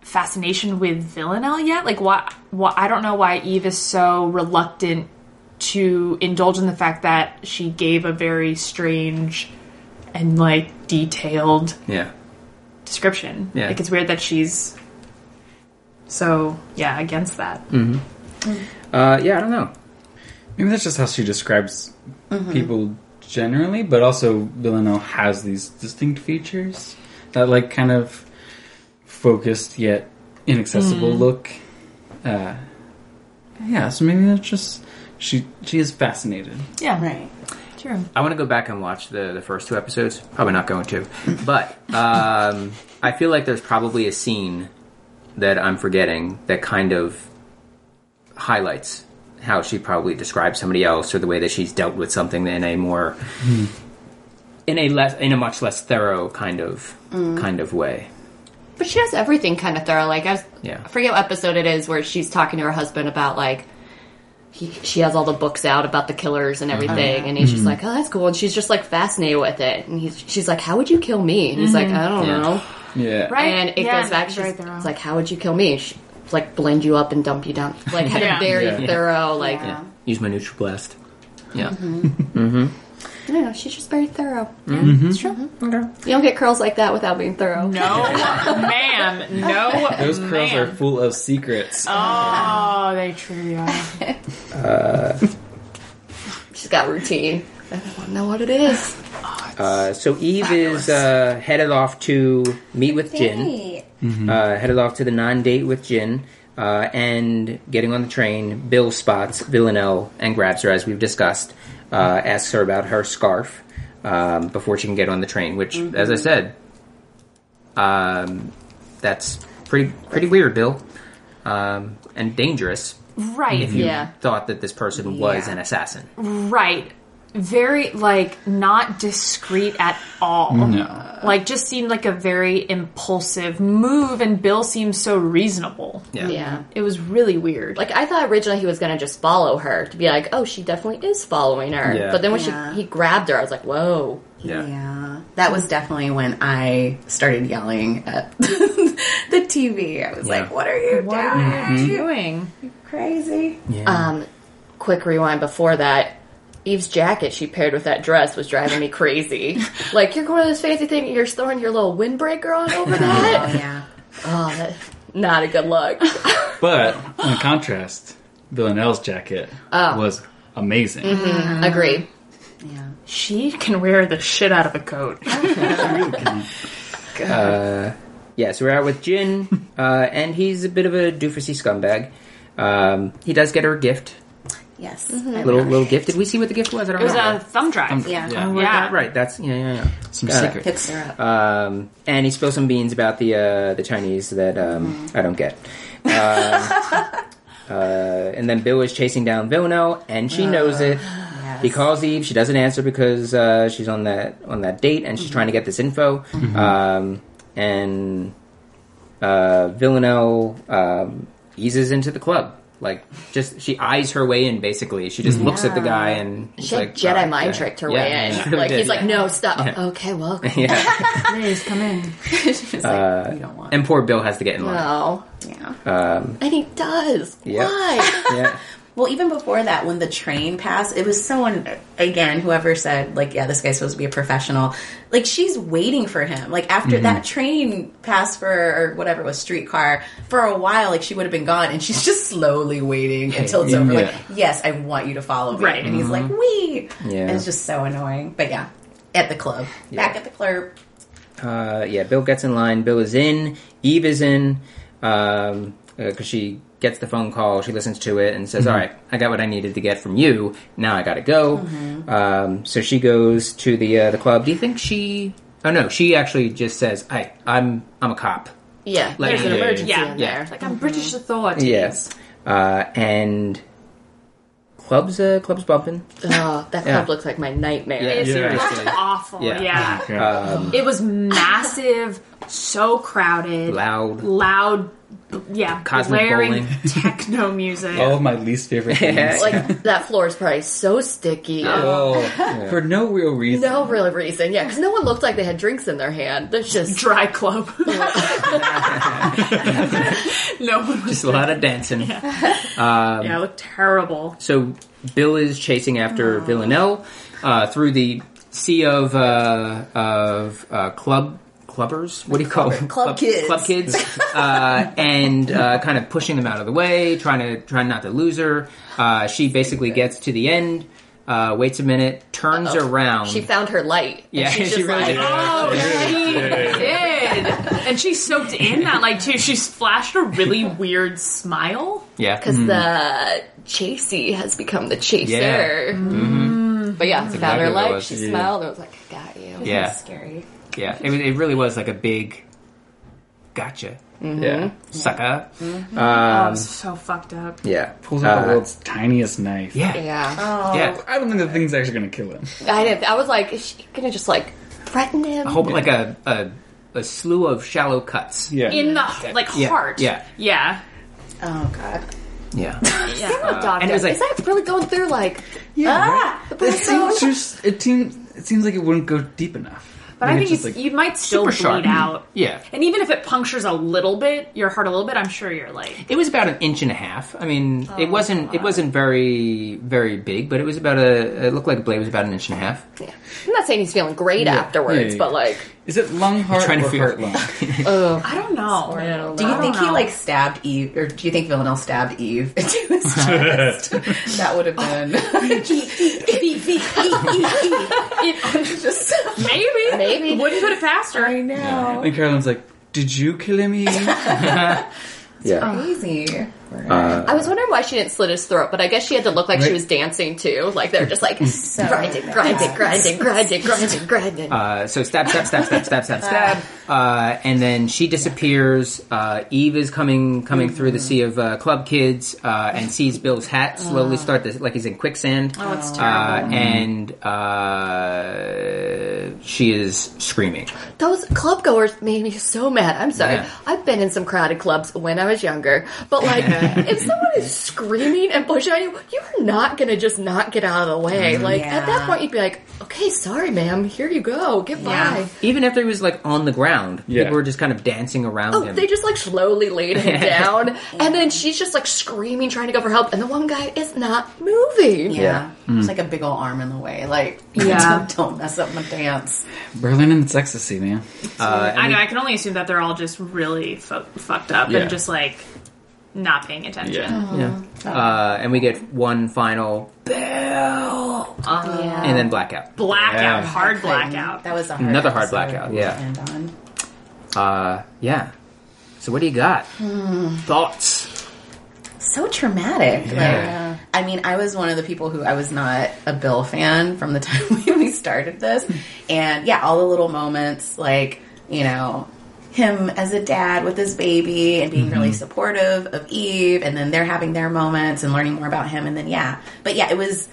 [SPEAKER 4] fascination with Villanelle yet? Like, why? why I don't know why Eve is so reluctant to indulge in the fact that she gave a very strange and like detailed
[SPEAKER 1] Yeah.
[SPEAKER 4] description.
[SPEAKER 1] Yeah.
[SPEAKER 4] Like, it's weird that she's so yeah against that.
[SPEAKER 2] Mm.
[SPEAKER 1] Uh, yeah, I don't know.
[SPEAKER 2] Maybe that's just how she describes
[SPEAKER 4] Mm-hmm.
[SPEAKER 2] people generally, but also Villanelle has these distinct features that, like, kind of focused yet
[SPEAKER 4] Mm.
[SPEAKER 2] inaccessible look. Uh, yeah, so maybe that's just she. She is fascinated.
[SPEAKER 4] Yeah,
[SPEAKER 6] Right.
[SPEAKER 4] True.
[SPEAKER 1] I want to go back and watch the, the first two episodes. Probably not going to, but um, I feel like there's probably a scene that I'm forgetting that kind of highlights how she probably describes somebody else or the way that she's dealt with something in a more in a less in a much less thorough kind of kind of way.
[SPEAKER 3] But she does everything kind of thorough. Like I, was,
[SPEAKER 1] Yeah.
[SPEAKER 3] I forget what episode it is where she's talking to her husband about like he, she has all the books out about the killers and everything,
[SPEAKER 4] Mm-hmm.
[SPEAKER 3] and he's just
[SPEAKER 2] Mm-hmm.
[SPEAKER 3] like, "Oh, that's cool," and she's just like fascinated with it, and he's, she's like, "How would you kill me?" And he's like, "I don't know,"
[SPEAKER 2] Yeah.
[SPEAKER 4] Mm-hmm. Right.
[SPEAKER 3] and it
[SPEAKER 4] Yeah,
[SPEAKER 3] goes back.
[SPEAKER 4] it's
[SPEAKER 3] She's,
[SPEAKER 4] very thorough.
[SPEAKER 3] it's like, "How would you kill me?" She, like blend you up and dump you down. Like had
[SPEAKER 4] Yeah.
[SPEAKER 3] a very
[SPEAKER 2] Yeah.
[SPEAKER 3] thorough like.
[SPEAKER 6] Yeah.
[SPEAKER 1] Use my neutral blast. Yeah.
[SPEAKER 3] I don't know. She's just very thorough.
[SPEAKER 2] Mm-hmm.
[SPEAKER 3] Yeah, it's
[SPEAKER 4] Mm-hmm.
[SPEAKER 3] true. You don't get curls like that without being thorough.
[SPEAKER 4] No, ma'am. No,
[SPEAKER 2] Those curls
[SPEAKER 4] ma'am.
[SPEAKER 2] are full of secrets.
[SPEAKER 4] Oh, they truly are.
[SPEAKER 3] She's got routine. I don't want to know what it is.
[SPEAKER 1] Uh, so Eve is uh, headed off to meet with Jin.
[SPEAKER 6] Hey.
[SPEAKER 1] uh, headed off to the non-date with Jin, uh, and getting on the train, Bill spots Villanelle and grabs her, as we've discussed. Uh, asks her about her scarf um, before she can get on the train, which, as I said, um, that's pretty pretty weird, Bill, um, and dangerous.
[SPEAKER 4] Right.
[SPEAKER 1] You
[SPEAKER 3] Yeah.
[SPEAKER 1] thought that this person was an assassin.
[SPEAKER 4] Right. Very like not discreet at all.
[SPEAKER 1] Mm,
[SPEAKER 2] No.
[SPEAKER 4] Like just seemed like a very impulsive move and Bill seemed so reasonable.
[SPEAKER 3] Yeah.
[SPEAKER 4] It was really weird.
[SPEAKER 3] Like I thought originally he was gonna just follow her to be like, oh, she definitely is following her.
[SPEAKER 1] Yeah.
[SPEAKER 3] But then when
[SPEAKER 6] Yeah.
[SPEAKER 3] she he grabbed her, I was like, whoa.
[SPEAKER 1] Yeah.
[SPEAKER 6] Yeah, that was definitely when I started yelling at the TV. I was like, "What are you doing?
[SPEAKER 1] Mm-hmm.
[SPEAKER 4] doing?
[SPEAKER 6] Crazy!"
[SPEAKER 3] Um, quick rewind before that. Eve's jacket she paired with that dress was driving me crazy. like you're going to this fancy thing, and you're throwing your little windbreaker on over
[SPEAKER 6] Oh
[SPEAKER 3] that.
[SPEAKER 6] yeah,
[SPEAKER 3] oh, that, not a good look.
[SPEAKER 2] But in contrast, Villanelle's jacket
[SPEAKER 4] Oh.
[SPEAKER 2] was amazing.
[SPEAKER 4] Mm-hmm.
[SPEAKER 3] Agree.
[SPEAKER 6] yeah.
[SPEAKER 4] She can wear the shit out of a coat.
[SPEAKER 1] Yeah, so we're out with Jin, uh, and he's a bit of a doofusy scumbag. Um, he does get her a gift,
[SPEAKER 6] Yes,
[SPEAKER 1] little little gift. Did we see what the gift was? I don't
[SPEAKER 4] It was
[SPEAKER 1] know.
[SPEAKER 4] a thumb drive.
[SPEAKER 6] yeah.
[SPEAKER 2] Yeah.
[SPEAKER 1] Yeah,
[SPEAKER 4] Yeah.
[SPEAKER 1] right. That's yeah, yeah, yeah.
[SPEAKER 2] Some
[SPEAKER 1] Yeah.
[SPEAKER 2] secrets.
[SPEAKER 6] Hits her up.
[SPEAKER 1] Um, and he spilled some beans about the uh, the Chinese that um,
[SPEAKER 3] Mm-hmm.
[SPEAKER 1] I don't get. Um, uh, and then Bill is chasing down Villanelle, and she knows
[SPEAKER 3] Uh,
[SPEAKER 1] it. He calls Eve. She doesn't answer because uh, she's on that on that date, and she's
[SPEAKER 3] Mm-hmm.
[SPEAKER 1] trying to get this info. Um, and uh, Villanelle um, eases into the club. Like, just she eyes her way in. Basically, she just looks at the guy and
[SPEAKER 3] She
[SPEAKER 1] she's
[SPEAKER 3] had
[SPEAKER 1] like
[SPEAKER 3] Jedi
[SPEAKER 1] "Alright,
[SPEAKER 3] mind
[SPEAKER 1] yeah."
[SPEAKER 3] tricked her
[SPEAKER 1] Yeah,
[SPEAKER 3] way in.
[SPEAKER 1] she really
[SPEAKER 3] like
[SPEAKER 1] did.
[SPEAKER 3] he's like, no, stop.
[SPEAKER 1] Yeah.
[SPEAKER 3] Okay, well,
[SPEAKER 1] yeah.
[SPEAKER 5] Please come in.
[SPEAKER 6] She's like, you don't want.
[SPEAKER 1] And poor Bill has to get in line.
[SPEAKER 3] no,
[SPEAKER 6] yeah.
[SPEAKER 3] and he does.
[SPEAKER 1] Yeah.
[SPEAKER 3] Why?
[SPEAKER 1] Yeah.
[SPEAKER 6] Well, even before that, when the train passed, it was someone again, whoever said like, "Yeah, this guy's supposed to be a professional." Like she's waiting for him. Like after that train passed for or whatever it was streetcar for a while, like she would have been gone, and she's just slowly waiting until it's over. Like, yes, I want you to follow me,
[SPEAKER 4] Right.
[SPEAKER 6] and he's like, "We."
[SPEAKER 1] Yeah.
[SPEAKER 6] And it's just so annoying. But yeah, at the club, back at the club.
[SPEAKER 1] Uh, yeah, Bill gets in line. Bill is in. Eve is in because she gets the phone call. She listens to it and says, "All right, I got what I needed to get from you. Now I gotta go." Um, so she goes to the uh, the club. Do you think she? Oh no, she actually just says, "Hey, I'm I'm a cop."
[SPEAKER 3] Yeah,
[SPEAKER 1] Like-
[SPEAKER 3] there's an
[SPEAKER 1] Yeah, yeah,
[SPEAKER 3] emergency
[SPEAKER 4] yeah.
[SPEAKER 3] in
[SPEAKER 1] Yeah.
[SPEAKER 3] there.
[SPEAKER 4] Like I'm British authorities.
[SPEAKER 1] Uh, and clubs uh, clubs bumping.
[SPEAKER 3] Oh, that
[SPEAKER 1] Yeah.
[SPEAKER 3] club looks like my nightmare.
[SPEAKER 1] Yeah.
[SPEAKER 4] It
[SPEAKER 1] Yeah.
[SPEAKER 4] looked awful.
[SPEAKER 1] Yeah.
[SPEAKER 4] Yeah.
[SPEAKER 8] Yeah.
[SPEAKER 4] It was massive, so crowded,
[SPEAKER 1] Loud.
[SPEAKER 4] loud, b- yeah,
[SPEAKER 1] Cosmic
[SPEAKER 4] blaring
[SPEAKER 1] bowling. Oh.
[SPEAKER 4] techno music.
[SPEAKER 2] All of my least favorite things.
[SPEAKER 3] Like that floor is probably so sticky.
[SPEAKER 1] Oh,
[SPEAKER 2] For no real reason.
[SPEAKER 3] No real reason, yeah, because no one looked like they had drinks in their hand. There's just
[SPEAKER 4] Dry club. no one was.
[SPEAKER 1] just a lot of dancing. Um,
[SPEAKER 4] Yeah, it looked terrible.
[SPEAKER 1] So Bill is chasing after Villanelle uh, through the sea of uh, of uh, club clubbers. What do you call them?
[SPEAKER 6] Club kids.
[SPEAKER 1] Club kids, uh, and uh, kind of pushing them out of the way, trying to trying not to lose her. Uh, she basically gets to the end, uh, waits a minute, turns around.
[SPEAKER 3] she found her light.
[SPEAKER 1] yeah,
[SPEAKER 3] and she's just
[SPEAKER 1] she really
[SPEAKER 3] like,
[SPEAKER 1] did.
[SPEAKER 4] Oh, she did. And she soaked in that light too. She splashed a really weird smile.
[SPEAKER 1] yeah. mm,
[SPEAKER 3] because the chasey has become the chaser.
[SPEAKER 1] Mm-hmm. Yeah. Mm-hmm.
[SPEAKER 3] But yeah, found
[SPEAKER 1] exactly
[SPEAKER 3] her
[SPEAKER 1] what it
[SPEAKER 3] light.
[SPEAKER 1] was.
[SPEAKER 3] She smelled. and It was like, I got you.
[SPEAKER 1] yeah,
[SPEAKER 5] Scary.
[SPEAKER 1] yeah. It, was- it really was like a big gotcha,
[SPEAKER 2] Yeah.
[SPEAKER 1] sucker.
[SPEAKER 4] oh,
[SPEAKER 1] Um,
[SPEAKER 4] it was so fucked up.
[SPEAKER 1] Yeah,
[SPEAKER 2] Pulls out
[SPEAKER 1] Uh,
[SPEAKER 2] the world's tiniest knife.
[SPEAKER 1] Yeah,
[SPEAKER 3] Yeah,
[SPEAKER 1] yeah.
[SPEAKER 2] I don't think the thing's actually going to kill him.
[SPEAKER 3] I didn't. I was like, is she gonna just like threaten him?
[SPEAKER 1] whole like a, a a slew of shallow cuts.
[SPEAKER 2] Yeah.
[SPEAKER 4] In the like
[SPEAKER 1] Yeah.
[SPEAKER 4] heart.
[SPEAKER 1] Yeah.
[SPEAKER 4] Yeah.
[SPEAKER 6] Oh God.
[SPEAKER 1] Yeah.
[SPEAKER 3] Doctor,
[SPEAKER 1] and it was like-
[SPEAKER 3] is that really going through like?
[SPEAKER 2] Yeah.
[SPEAKER 3] the
[SPEAKER 2] It
[SPEAKER 3] person?
[SPEAKER 2] seems just. It seems. It seems like it wouldn't go deep enough.
[SPEAKER 4] But I
[SPEAKER 2] Like,
[SPEAKER 4] think
[SPEAKER 2] it's
[SPEAKER 4] it's,
[SPEAKER 2] just like-
[SPEAKER 4] you might still bleed
[SPEAKER 1] sharp.
[SPEAKER 4] out.
[SPEAKER 1] Yeah.
[SPEAKER 4] And even if it punctures a little bit, your heart a little bit, I'm sure you're like
[SPEAKER 1] It was about an inch and a half. I mean, it wasn't it wasn't very very big, but it was about a it looked like a blade was about an inch and a half.
[SPEAKER 3] Yeah. I'm not saying he's feeling great afterwards,
[SPEAKER 2] Yeah, yeah, yeah.
[SPEAKER 3] but like,
[SPEAKER 2] Is it lung heart
[SPEAKER 1] trying to
[SPEAKER 2] or
[SPEAKER 1] figure-
[SPEAKER 2] heart lung?
[SPEAKER 4] I don't know. I don't
[SPEAKER 6] Do you
[SPEAKER 4] know.
[SPEAKER 6] think he like stabbed Eve, or do you think Villanelle stabbed Eve into his chest? that would have been just
[SPEAKER 4] Maybe.
[SPEAKER 3] Maybe.
[SPEAKER 4] Wouldn't put it past her.
[SPEAKER 6] I know
[SPEAKER 2] and Carolyn's like, "Did you kill him?" Eve?"
[SPEAKER 1] Yeah.
[SPEAKER 6] crazy. Uh,
[SPEAKER 3] I was wondering why she didn't slit his throat, but I guess she had to look like she
[SPEAKER 2] Right.
[SPEAKER 3] was dancing too. Like they're just like grinding, grinding, grinding, grinding, grinding, grinding.
[SPEAKER 1] Uh, so stab, stab, stab, stab, stab, stab, stab, uh, and then she disappears. Uh, Eve is coming coming through the sea of uh, club kids uh, and sees Bill's hat slowly start to like he's in quicksand. Oh, it's terrible! Uh, and uh, she is screaming.
[SPEAKER 3] Those club goers made me so mad. I'm sorry.
[SPEAKER 1] Yeah.
[SPEAKER 3] I've been in some crowded clubs when I was younger, but like, if someone is screaming and pushing on you, you're not gonna just not get out of the way.
[SPEAKER 1] Mm-hmm.
[SPEAKER 3] Like at that
[SPEAKER 6] Yeah.
[SPEAKER 3] point, you'd be like, "Okay, sorry, ma'am. Here you go. Goodbye."
[SPEAKER 1] Even after he was like on the ground,
[SPEAKER 2] Yeah.
[SPEAKER 1] people were just kind of dancing around
[SPEAKER 3] Oh,
[SPEAKER 1] him.
[SPEAKER 3] they just like slowly laid him down, and then she's just like screaming, trying to go for help, and the one guy is not moving.
[SPEAKER 6] Yeah,
[SPEAKER 1] Mm.
[SPEAKER 6] it's like a big old arm in the way. Like,
[SPEAKER 4] Yeah.
[SPEAKER 6] don't, don't mess up my dance.
[SPEAKER 2] Berlin and its ecstasy, man.
[SPEAKER 1] Uh,
[SPEAKER 4] I know, I can only assume that they're all just really fu- fucked up
[SPEAKER 2] Yeah.
[SPEAKER 4] and just like not paying attention.
[SPEAKER 1] Yeah. Uh, and we get one final Bill, and then blackout.
[SPEAKER 4] Blackout,
[SPEAKER 2] Yeah.
[SPEAKER 4] hard blackout.
[SPEAKER 6] That was a hard
[SPEAKER 1] Another hard
[SPEAKER 6] episode
[SPEAKER 1] blackout,
[SPEAKER 6] to
[SPEAKER 1] yeah.
[SPEAKER 6] end on.
[SPEAKER 1] Uh, yeah. So what do you got? Thoughts?
[SPEAKER 6] so traumatic.
[SPEAKER 1] Yeah.
[SPEAKER 6] Like, I mean, I was one of the people who I was not a Bill fan from the time we- we started this, and yeah, all the little moments, like you know, him as a dad with his baby and being
[SPEAKER 1] Mm-hmm.
[SPEAKER 6] really supportive of Eve, and then they're having their moments and learning more about him, and then yeah, but yeah, it was.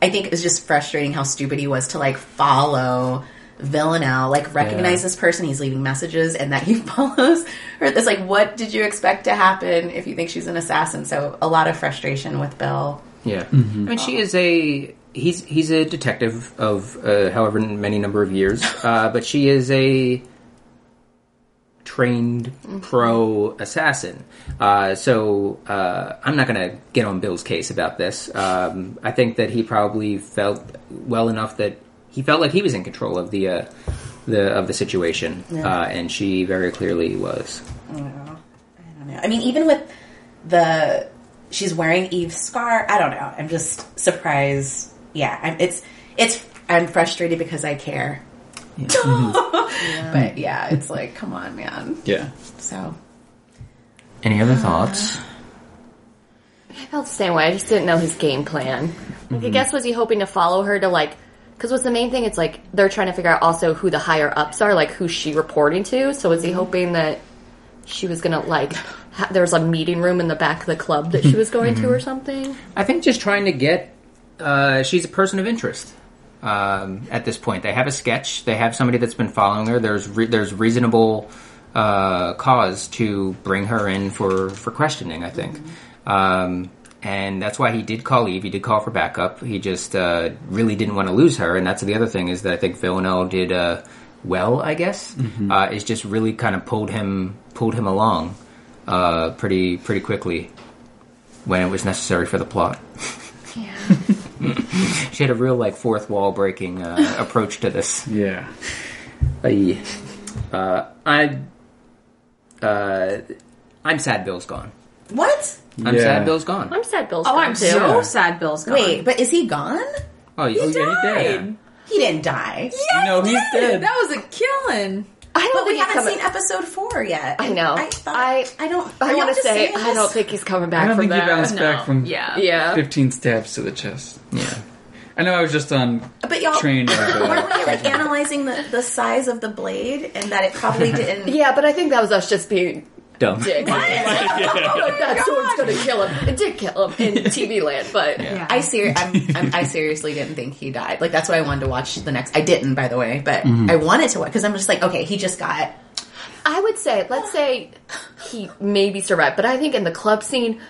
[SPEAKER 6] I think it was just frustrating how stupid he was to like follow Villanelle, like recognize this person, he's leaving messages, and that he follows her. It's like, what did you expect to happen if you think she's an assassin? So a lot of frustration with Bill.
[SPEAKER 1] Yeah,
[SPEAKER 9] Mm-hmm.
[SPEAKER 1] I mean, she is a he's he's a detective of uh, however many number of years, uh, but she is a trained
[SPEAKER 9] Mm-hmm.
[SPEAKER 1] pro assassin. Uh, so uh, I'm not going to get on Bill's case about this. Um, I think that he probably felt well enough that he felt like he was in control of the uh, the of the situation, uh, and she very clearly was.
[SPEAKER 6] I don't know. I mean, even with the she's wearing Eve's scar. I don't know. I'm just surprised. Yeah, I'm, it's it's. I'm frustrated because I care. but yeah, it's like, come on, man.
[SPEAKER 2] Yeah.
[SPEAKER 6] So
[SPEAKER 9] Any other thoughts?
[SPEAKER 3] I felt the same way. I just didn't know his game plan.
[SPEAKER 2] Mm-hmm.
[SPEAKER 3] Like, I guess was he hoping to follow her to like? Because what's the main thing? It's like they're trying to figure out also who the higher ups are, like who's she reporting to. So
[SPEAKER 2] Mm-hmm.
[SPEAKER 3] was he hoping that she was gonna like? Ha- there was a meeting room in the back of the club that she was going to or
[SPEAKER 2] Mm-hmm.
[SPEAKER 3] something.
[SPEAKER 1] I think just trying to get. Uh, she's a person of interest um, at this point. They have a sketch. They have somebody that's been following her. There's re- there's reasonable uh, cause to bring her in for for questioning. I think, um, and that's why he did call Eve. He did call for backup. He just uh, really didn't want to lose her. And that's the other thing is that I think Villanelle did uh, well. I guess uh, it's just really kind of pulled him pulled him along uh, pretty pretty quickly when it was necessary for the plot. She had a real like fourth wall breaking uh, approach to this.
[SPEAKER 2] Yeah.
[SPEAKER 1] Aye. Uh, I, uh, I'm sad Bill's gone.
[SPEAKER 6] what?
[SPEAKER 1] I'm
[SPEAKER 2] Yeah.
[SPEAKER 1] sad Bill's gone.
[SPEAKER 3] I'm sad Bill's.
[SPEAKER 5] Oh,
[SPEAKER 3] gone
[SPEAKER 5] I'm
[SPEAKER 3] too.
[SPEAKER 5] so sad Bill's gone.
[SPEAKER 6] Wait, but is he gone?
[SPEAKER 1] Oh, you, he died.
[SPEAKER 6] He didn't die.
[SPEAKER 2] no, he's dead.
[SPEAKER 5] That was a killing.
[SPEAKER 3] I don't
[SPEAKER 6] But
[SPEAKER 3] think
[SPEAKER 6] we
[SPEAKER 3] he's
[SPEAKER 6] haven't
[SPEAKER 3] coming-
[SPEAKER 6] seen episode four yet.
[SPEAKER 3] I know.
[SPEAKER 6] I, thought, I,
[SPEAKER 3] I-
[SPEAKER 6] don't.
[SPEAKER 3] I
[SPEAKER 6] y'all
[SPEAKER 3] want to
[SPEAKER 6] just
[SPEAKER 3] say
[SPEAKER 6] saying
[SPEAKER 3] I don't
[SPEAKER 6] this?
[SPEAKER 3] think he's coming back
[SPEAKER 2] I don't
[SPEAKER 3] from
[SPEAKER 2] think he
[SPEAKER 3] that.
[SPEAKER 2] bounced back from
[SPEAKER 5] Yeah.
[SPEAKER 3] yeah.
[SPEAKER 2] 15 stabs to the chest. Yeah. I know I was just on
[SPEAKER 6] But y'all
[SPEAKER 2] train.
[SPEAKER 6] weren't we like analyzing the, the size of the blade and that it probably didn't?
[SPEAKER 3] Yeah, but I think that was us just being
[SPEAKER 1] Dumb.
[SPEAKER 3] dicks. like that sword's gonna kill him. It did kill him in TV land, but
[SPEAKER 6] I ser- I'm, I'm, I seriously didn't think he died. Like that's why I wanted to watch the next. I didn't, by the way, but
[SPEAKER 2] Mm-hmm.
[SPEAKER 6] I wanted to watch because I'm just like, okay, he just got.
[SPEAKER 3] I would say, let's say he maybe survived, but I think in the club scene,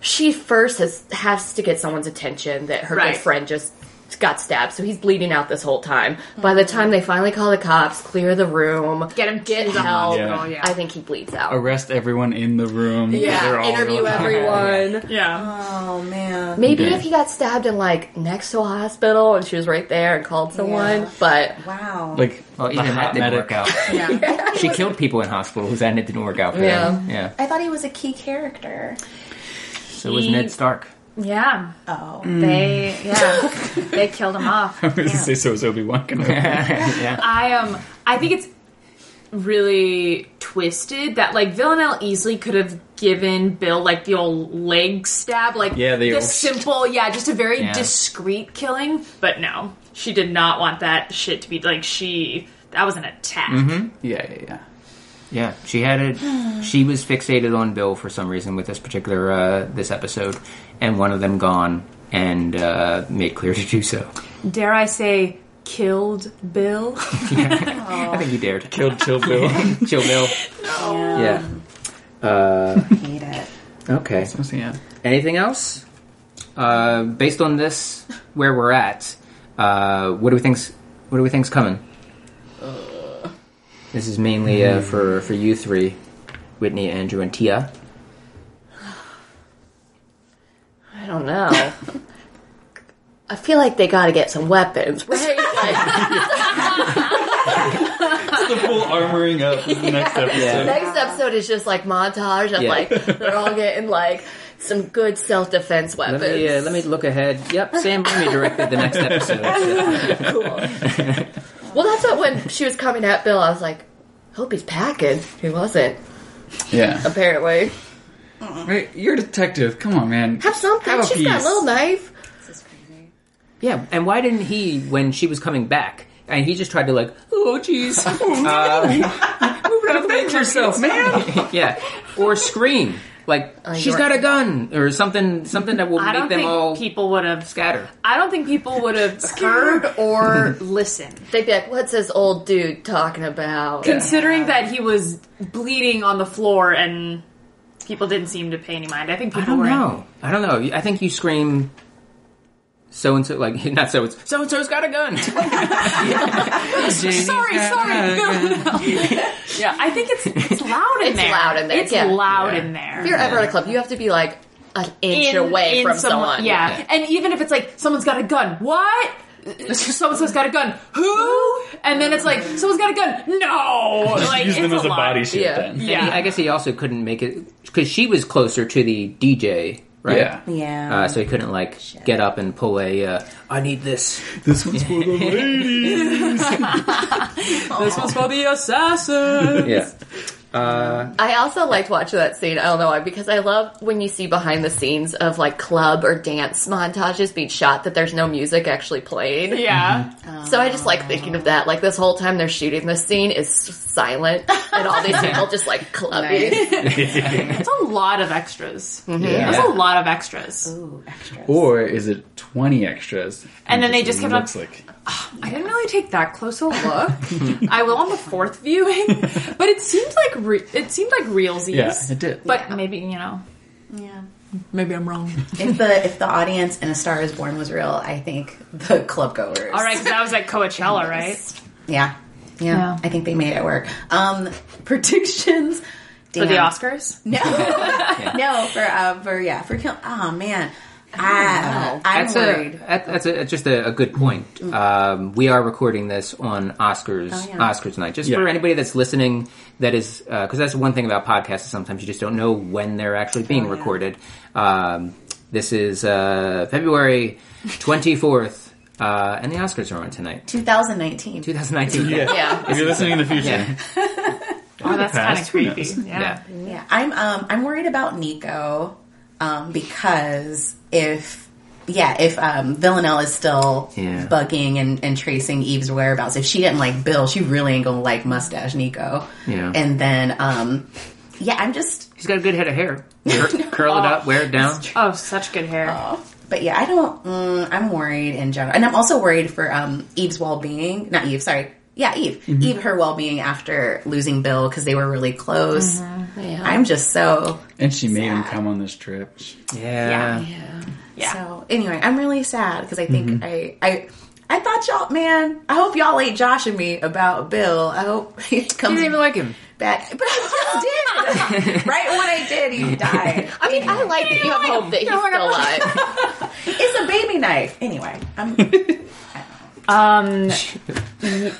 [SPEAKER 3] she first has has to get someone's attention that her
[SPEAKER 5] Right.
[SPEAKER 3] good friend just got stabbed, so he's bleeding out this whole time. By the time they finally call the cops, clear the room,
[SPEAKER 5] Get him
[SPEAKER 3] get
[SPEAKER 5] to the
[SPEAKER 3] help,
[SPEAKER 5] hospital, yeah.
[SPEAKER 3] I think he bleeds out.
[SPEAKER 2] Arrest everyone in the room. They're
[SPEAKER 3] yeah,
[SPEAKER 2] all
[SPEAKER 3] interview
[SPEAKER 2] really-
[SPEAKER 3] everyone.
[SPEAKER 5] Yeah.
[SPEAKER 6] Oh man.
[SPEAKER 3] Maybe if he got stabbed in like next to a hospital and she was right there and called someone,
[SPEAKER 6] Yeah.
[SPEAKER 3] but
[SPEAKER 6] Wow.
[SPEAKER 2] Like,
[SPEAKER 1] Well, even
[SPEAKER 2] the
[SPEAKER 1] that
[SPEAKER 2] hot
[SPEAKER 1] didn't
[SPEAKER 2] medic.
[SPEAKER 1] work out. She killed people in hospitals, and it didn't work out for
[SPEAKER 3] Yeah.
[SPEAKER 1] them. Yeah.
[SPEAKER 6] I thought he was a key character.
[SPEAKER 1] So it was Ned Stark.
[SPEAKER 4] Yeah.
[SPEAKER 6] Oh.
[SPEAKER 4] They yeah. they killed him off.
[SPEAKER 2] I was going to say, so is Obi-Wan Kenobi.
[SPEAKER 1] yeah.
[SPEAKER 4] I um I think it's really twisted that like Villanelle easily could have given Bill like the old leg stab, like
[SPEAKER 2] Yeah, the
[SPEAKER 4] the
[SPEAKER 2] old-
[SPEAKER 4] simple, yeah, just a very
[SPEAKER 1] Yeah.
[SPEAKER 4] discreet killing. But no, she did not want that shit to be like she. That was an attack.
[SPEAKER 2] yeah, yeah, yeah.
[SPEAKER 1] Yeah, she had it. She was fixated on Bill for some reason with this particular uh, this episode, and one of them gone and uh, made clear to do so.
[SPEAKER 4] Dare I say, killed Bill?
[SPEAKER 1] I think he dared.
[SPEAKER 2] Killed Chill Bill.
[SPEAKER 1] Chill Bill. Yeah. Uh,
[SPEAKER 6] Hate it.
[SPEAKER 1] okay.
[SPEAKER 2] yeah.
[SPEAKER 1] Anything else? Uh, based on this, where we're at, uh, what do we think's what do we think's coming? This is mainly uh, for for you three, Whitney, Andrew, and Tia.
[SPEAKER 3] I don't know. I feel like they gotta get some weapons, right? Like,
[SPEAKER 2] The full armoring up is the next episode.
[SPEAKER 3] next episode is just like montage of
[SPEAKER 1] Yeah.
[SPEAKER 3] like they're all getting like some good self defense weapons.
[SPEAKER 1] Let me uh, let me look ahead. Yep, Sam Raimi directed the next episode.
[SPEAKER 3] Well, that's what when she was coming at Bill, I was like, "Hope he's packing." He wasn't
[SPEAKER 2] Yeah.
[SPEAKER 3] apparently.
[SPEAKER 2] Wait, you're a detective. Come on, man.
[SPEAKER 3] Have something.
[SPEAKER 2] Have a
[SPEAKER 3] She's got
[SPEAKER 2] piece.
[SPEAKER 3] a little knife.
[SPEAKER 1] yeah, and why didn't he when she was coming back? And he just tried to like, oh jeez, uh, move it out of the way, yourself, man. yeah, or scream. Like she's
[SPEAKER 6] you're-
[SPEAKER 1] got a gun or something, something that will
[SPEAKER 4] I
[SPEAKER 1] make
[SPEAKER 4] don't
[SPEAKER 1] them
[SPEAKER 4] think
[SPEAKER 1] all
[SPEAKER 4] people would have.
[SPEAKER 1] scatter.
[SPEAKER 4] I don't think people would have heard or listened,
[SPEAKER 3] They'd be like, "What's this old dude talking about?"
[SPEAKER 4] considering that he was bleeding on the floor and people didn't seem to pay any mind. I think people
[SPEAKER 1] I don't
[SPEAKER 4] were.
[SPEAKER 1] know. I don't know. I think you scream. So and so, like not so. So and so's got a gun.
[SPEAKER 4] Sorry, sorry. yeah, I think it's it's loud in
[SPEAKER 3] It's
[SPEAKER 4] there.
[SPEAKER 3] loud in there,
[SPEAKER 4] It's
[SPEAKER 3] yeah.
[SPEAKER 4] loud in there.
[SPEAKER 3] If you're ever at a club, you have to be like an inch away from someone.
[SPEAKER 4] Yeah. and even if it's like someone's got a gun, what? Someone someone's got a gun. Who? And then it's like someone's got a gun. No, like
[SPEAKER 10] Use
[SPEAKER 4] it's
[SPEAKER 10] them as a
[SPEAKER 4] lot.
[SPEAKER 10] body suit
[SPEAKER 3] Yeah.
[SPEAKER 10] then.
[SPEAKER 4] Yeah,
[SPEAKER 1] I guess he also couldn't make it because she was closer to the DJ, right?
[SPEAKER 2] Yeah.
[SPEAKER 6] Yeah.
[SPEAKER 1] Uh, so he couldn't like get up and pull a. Uh, I need this.
[SPEAKER 10] This one's for the ladies.
[SPEAKER 4] this one's for the assassin.
[SPEAKER 1] Yeah.
[SPEAKER 3] I also liked watching that scene. I don't know why, because I love when you see behind the scenes of like club or dance montages being shot that there's no music actually playing.
[SPEAKER 4] Yeah,
[SPEAKER 3] So I just like thinking of that. Like this whole time they're shooting this scene is silent, and all these people just like clubbing.
[SPEAKER 4] it's a lot of extras.
[SPEAKER 2] Yeah.
[SPEAKER 4] There's a lot of extras.
[SPEAKER 2] Or is it 20 extras?
[SPEAKER 4] And then they just kept on-
[SPEAKER 10] looks like
[SPEAKER 4] I didn't really take that close a look. I will on the fourth viewing, but it seemed like re- it seemed like realsies.
[SPEAKER 2] Yeah, it did.
[SPEAKER 4] But maybe you know,
[SPEAKER 6] Yeah.
[SPEAKER 4] maybe I'm wrong.
[SPEAKER 6] if the if the audience in A Star Is Born was real, I think the club goers.
[SPEAKER 4] All right, because I was at Coachella, right?
[SPEAKER 6] Yeah. yeah.
[SPEAKER 4] Yeah.
[SPEAKER 6] I think they made it work. Um, predictions
[SPEAKER 4] For the
[SPEAKER 6] Damn.
[SPEAKER 4] Oscars.
[SPEAKER 6] No, no, for uh, for yeah, for kill. Oh man, I, I'm
[SPEAKER 1] That's
[SPEAKER 6] worried.
[SPEAKER 1] a that- that's a, just a, a good point. Um, we are recording this on Oscars
[SPEAKER 6] yeah.
[SPEAKER 1] Oscars night. Just for anybody that's listening, that is because that's one thing about podcasts. Is sometimes you just don't know when they're actually being recorded. Um, this is uh, February twenty fourth, uh, and the Oscars are on tonight,
[SPEAKER 6] 2019.
[SPEAKER 1] two thousand nineteen.
[SPEAKER 3] Yeah.
[SPEAKER 10] if you're listening in the future.
[SPEAKER 1] Yeah.
[SPEAKER 4] Oh, that's kind of
[SPEAKER 10] past, who
[SPEAKER 4] creepy.
[SPEAKER 10] knows?
[SPEAKER 4] Yeah.
[SPEAKER 1] Yeah.
[SPEAKER 6] Yeah, I'm um I'm worried about Nico, um because if yeah if um Villanelle is still
[SPEAKER 1] Yeah.
[SPEAKER 6] bugging and, and tracing Eve's whereabouts, if she didn't like Bill, she really ain't gonna like Mustache Nico.
[SPEAKER 1] Yeah.
[SPEAKER 6] and then um yeah, I'm just
[SPEAKER 1] He's got a good head of hair. Cur- curl it up, wear it down.
[SPEAKER 4] Oh, such good hair.
[SPEAKER 6] but yeah, I don't. Mm, I'm worried in general, and I'm also worried for um Eve's well being. Not Eve, sorry. Yeah, Eve.
[SPEAKER 1] Mm-hmm.
[SPEAKER 6] Eve, her well being after losing Bill because they were really close. I'm just so
[SPEAKER 2] And she made him come on this trip.
[SPEAKER 1] yeah.
[SPEAKER 4] Yeah.
[SPEAKER 6] So anyway, I'm really sad because I think I I I thought y'all man. I hope y'all ain't joshing me about Bill. I hope he comes
[SPEAKER 1] like him.
[SPEAKER 6] back. But I just did. right when I did, he died.
[SPEAKER 3] I mean, I like that you have hope that he's still alive.
[SPEAKER 6] It's a baby knife. Anyway, I'm
[SPEAKER 4] Um.
[SPEAKER 1] Just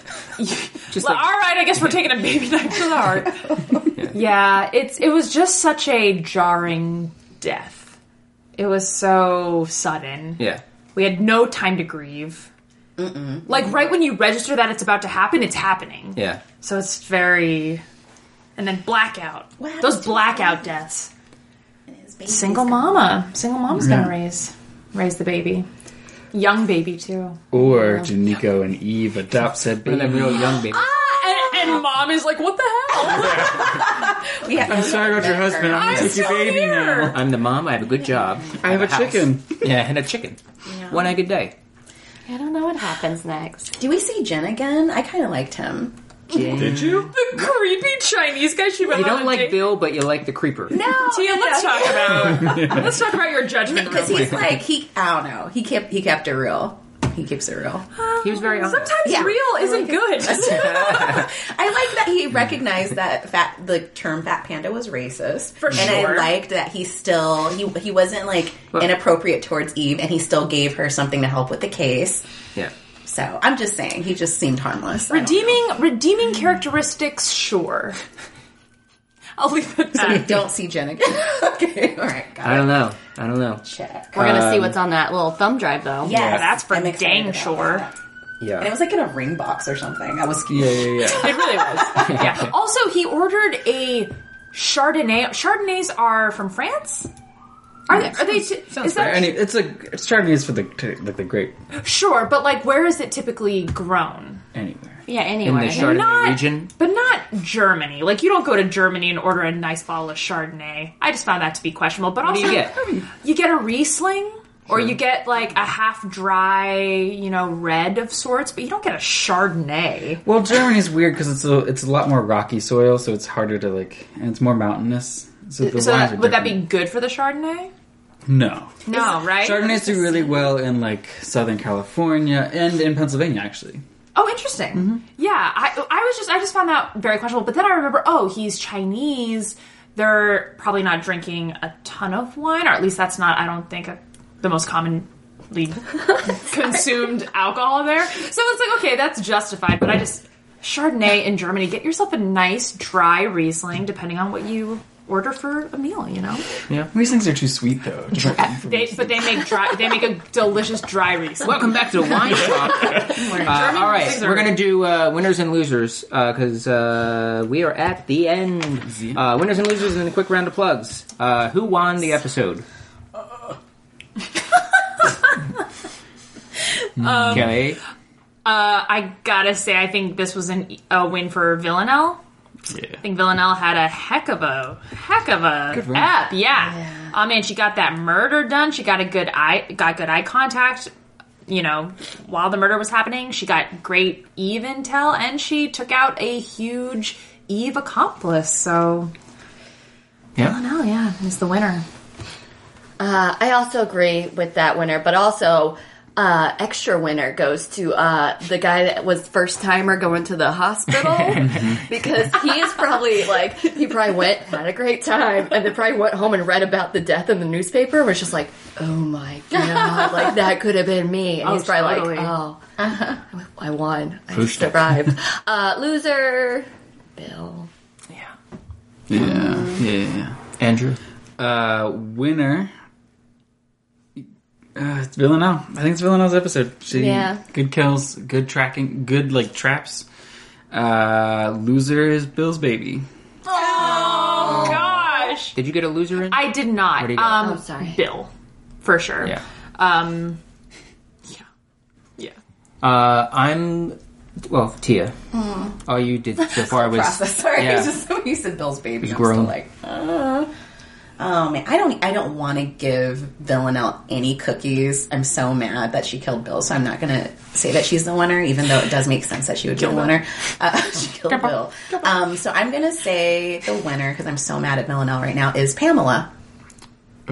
[SPEAKER 4] Well,
[SPEAKER 1] like,
[SPEAKER 4] all right, I guess we're taking a baby knife to the heart. yeah, it's it was just such a jarring death. It was so sudden.
[SPEAKER 1] yeah.
[SPEAKER 4] We had no time to grieve. Like right when you register that it's about to happen, it's happening.
[SPEAKER 1] Yeah.
[SPEAKER 4] So it's very, and then blackout.
[SPEAKER 6] happened
[SPEAKER 4] Those
[SPEAKER 6] to
[SPEAKER 4] blackout deaths.
[SPEAKER 6] his baby.
[SPEAKER 4] Single mama. Single mom's gonna raise raise the baby. Young baby too.
[SPEAKER 2] Or do Nico and Eve adopt said
[SPEAKER 1] And then
[SPEAKER 2] baby?
[SPEAKER 1] real young baby.
[SPEAKER 4] And, and mom is like, what the hell?
[SPEAKER 6] Yeah,
[SPEAKER 2] I'm sorry about your husband. I'm
[SPEAKER 4] I'm
[SPEAKER 2] gonna take your
[SPEAKER 4] still
[SPEAKER 2] baby
[SPEAKER 4] here.
[SPEAKER 2] now.
[SPEAKER 1] I'm the mom. I have a good job.
[SPEAKER 2] I have a
[SPEAKER 1] house.
[SPEAKER 2] chicken.
[SPEAKER 1] Yeah, and a chicken. One egg a day.
[SPEAKER 3] I don't know what happens next.
[SPEAKER 6] Do we see Jen again? I kind of liked him.
[SPEAKER 10] Did you?
[SPEAKER 4] The creepy Chinese guy she went
[SPEAKER 1] You
[SPEAKER 4] on
[SPEAKER 1] don't
[SPEAKER 4] a
[SPEAKER 1] like
[SPEAKER 4] date-
[SPEAKER 1] Bill, but you like the creeper.
[SPEAKER 6] No,
[SPEAKER 4] Tia, let's talk about let's talk about your judgment
[SPEAKER 6] because
[SPEAKER 4] real
[SPEAKER 6] he's
[SPEAKER 4] quick.
[SPEAKER 6] like he. I don't know. He kept he kept it real. He keeps it real.
[SPEAKER 1] He was very honest.
[SPEAKER 4] Sometimes
[SPEAKER 6] Yeah.
[SPEAKER 4] real isn't good.
[SPEAKER 6] I like that he recognized that fat the term fat panda was racist. For and I
[SPEAKER 4] sure.
[SPEAKER 6] liked that he still he he wasn't like inappropriate towards Eve and he still gave her something to help with the case.
[SPEAKER 1] Yeah.
[SPEAKER 6] So I'm just saying he just seemed harmless. I don't
[SPEAKER 4] Redeeming redeeming characteristics, sure. I'll leave it
[SPEAKER 6] know.
[SPEAKER 4] at
[SPEAKER 6] I don't see Jen again. okay, all right, got
[SPEAKER 1] I don't know. I don't know.
[SPEAKER 6] it. Check.
[SPEAKER 3] We're gonna see
[SPEAKER 1] Um,
[SPEAKER 3] what's on that little thumb drive, though.
[SPEAKER 6] Yes,
[SPEAKER 4] Uh, that's for
[SPEAKER 6] I'm excited
[SPEAKER 4] dang
[SPEAKER 6] about
[SPEAKER 4] sure.
[SPEAKER 6] that. And it
[SPEAKER 1] Yeah.
[SPEAKER 6] was like in a ring box or something. I was
[SPEAKER 2] Yeah, yeah, yeah.
[SPEAKER 4] It really was. Yeah. Also, he ordered a Chardonnay. Chardonnays are from France. Are they? Are they? is that
[SPEAKER 2] Any- it's a it's Chardonnay is for the to, like the grape
[SPEAKER 4] sure? But like, where is it typically grown?
[SPEAKER 2] anywhere.
[SPEAKER 3] Yeah.
[SPEAKER 1] In the
[SPEAKER 3] Anyway,
[SPEAKER 1] Chardonnay
[SPEAKER 4] Not-
[SPEAKER 1] region.
[SPEAKER 4] But not Germany. Like, you don't go to Germany and order a nice bottle of Chardonnay. I just found that to be questionable. But
[SPEAKER 1] What do
[SPEAKER 4] also,
[SPEAKER 1] you get?
[SPEAKER 4] you get a Riesling. Or
[SPEAKER 1] Sure.
[SPEAKER 4] you get like a half dry, you know, red of sorts, but you don't get a Chardonnay.
[SPEAKER 2] Well, Germany's weird because it's a it's a lot more rocky soil, so it's harder to like, and it's more mountainous. So the
[SPEAKER 4] so
[SPEAKER 2] wines
[SPEAKER 4] that,
[SPEAKER 2] are
[SPEAKER 4] would that be
[SPEAKER 2] different.
[SPEAKER 4] good for the Chardonnay?
[SPEAKER 2] no?
[SPEAKER 4] No, right?
[SPEAKER 2] Chardonnays do really well in like Southern California and in Pennsylvania, actually.
[SPEAKER 4] Oh, interesting. Yeah, I, I was just I just found that very questionable. But then I remember, oh, he's Chinese. They're probably not drinking a ton of wine, or at least that's not. I don't think a, the most commonly consumed alcohol there. So it's like okay, that's justified. But I just Chardonnay in Germany. Get yourself a nice dry Riesling, depending on what you order for a meal. You know,
[SPEAKER 2] Yeah, these things are too sweet though.
[SPEAKER 4] they, but they make dry. They make a delicious dry Riesling.
[SPEAKER 1] Welcome back to the wine shop. Uh, all right, we're gonna do uh, winners and losers because uh, we are at the end. Uh, winners and losers, and a quick round of plugs. Uh, who won the episode? Okay.
[SPEAKER 2] Um,
[SPEAKER 4] Uh, I gotta say, I think this was an, a win for Villanelle.
[SPEAKER 10] Yeah.
[SPEAKER 4] I think Villanelle had a heck of a heck of a
[SPEAKER 2] Good run.
[SPEAKER 4] ep, yeah. Oh man, she got that murder done. She got a good eye, got good eye contact. You know, while the murder was happening, she got great Eve intel, and she took out a huge Eve accomplice. So
[SPEAKER 9] Yeah.
[SPEAKER 4] Villanelle, yeah, is the winner.
[SPEAKER 3] Uh, I also agree with that winner, but also uh, extra winner goes to uh, the guy that was first timer going to the hospital because he is probably like he probably went had a great time and then probably went home and read about the death in the newspaper and was just like, oh my god, like that could have been me, and
[SPEAKER 4] Oh,
[SPEAKER 3] he's probably
[SPEAKER 4] totally.
[SPEAKER 3] like, oh, I won, I
[SPEAKER 9] Pushed it.
[SPEAKER 3] survived. uh, loser, Bill.
[SPEAKER 2] Yeah, yeah, yeah.
[SPEAKER 9] Andrew.
[SPEAKER 2] Uh, winner. Uh, it's Villanelle. I think it's Villanelle's episode. She,
[SPEAKER 3] Yeah.
[SPEAKER 2] Good kills, good tracking, good like traps. Uh, loser is Bill's baby.
[SPEAKER 4] Oh gosh,
[SPEAKER 1] Did you get a loser in?
[SPEAKER 4] I did not.
[SPEAKER 1] What do you got?
[SPEAKER 4] um,
[SPEAKER 3] Oh, sorry.
[SPEAKER 4] Bill, for sure.
[SPEAKER 9] Yeah.
[SPEAKER 4] Um, yeah, yeah.
[SPEAKER 1] Uh, I'm. Well, Tia.
[SPEAKER 4] Mm-hmm.
[SPEAKER 1] All you did so far was
[SPEAKER 6] process. Sorry,
[SPEAKER 1] Yeah.
[SPEAKER 6] it's just so you said Bill's baby.
[SPEAKER 1] He's
[SPEAKER 6] I'm
[SPEAKER 1] grown.
[SPEAKER 6] still like, uh, oh man, I don't, I don't want to give Villanelle any cookies. I'm so mad that she killed Bill, so I'm not going to say that she's the winner, even though it does make sense that she would be the winner. Uh, she killed Bill. Um, so I'm going to say the winner because I'm so mad at Villanelle right now is Pamela.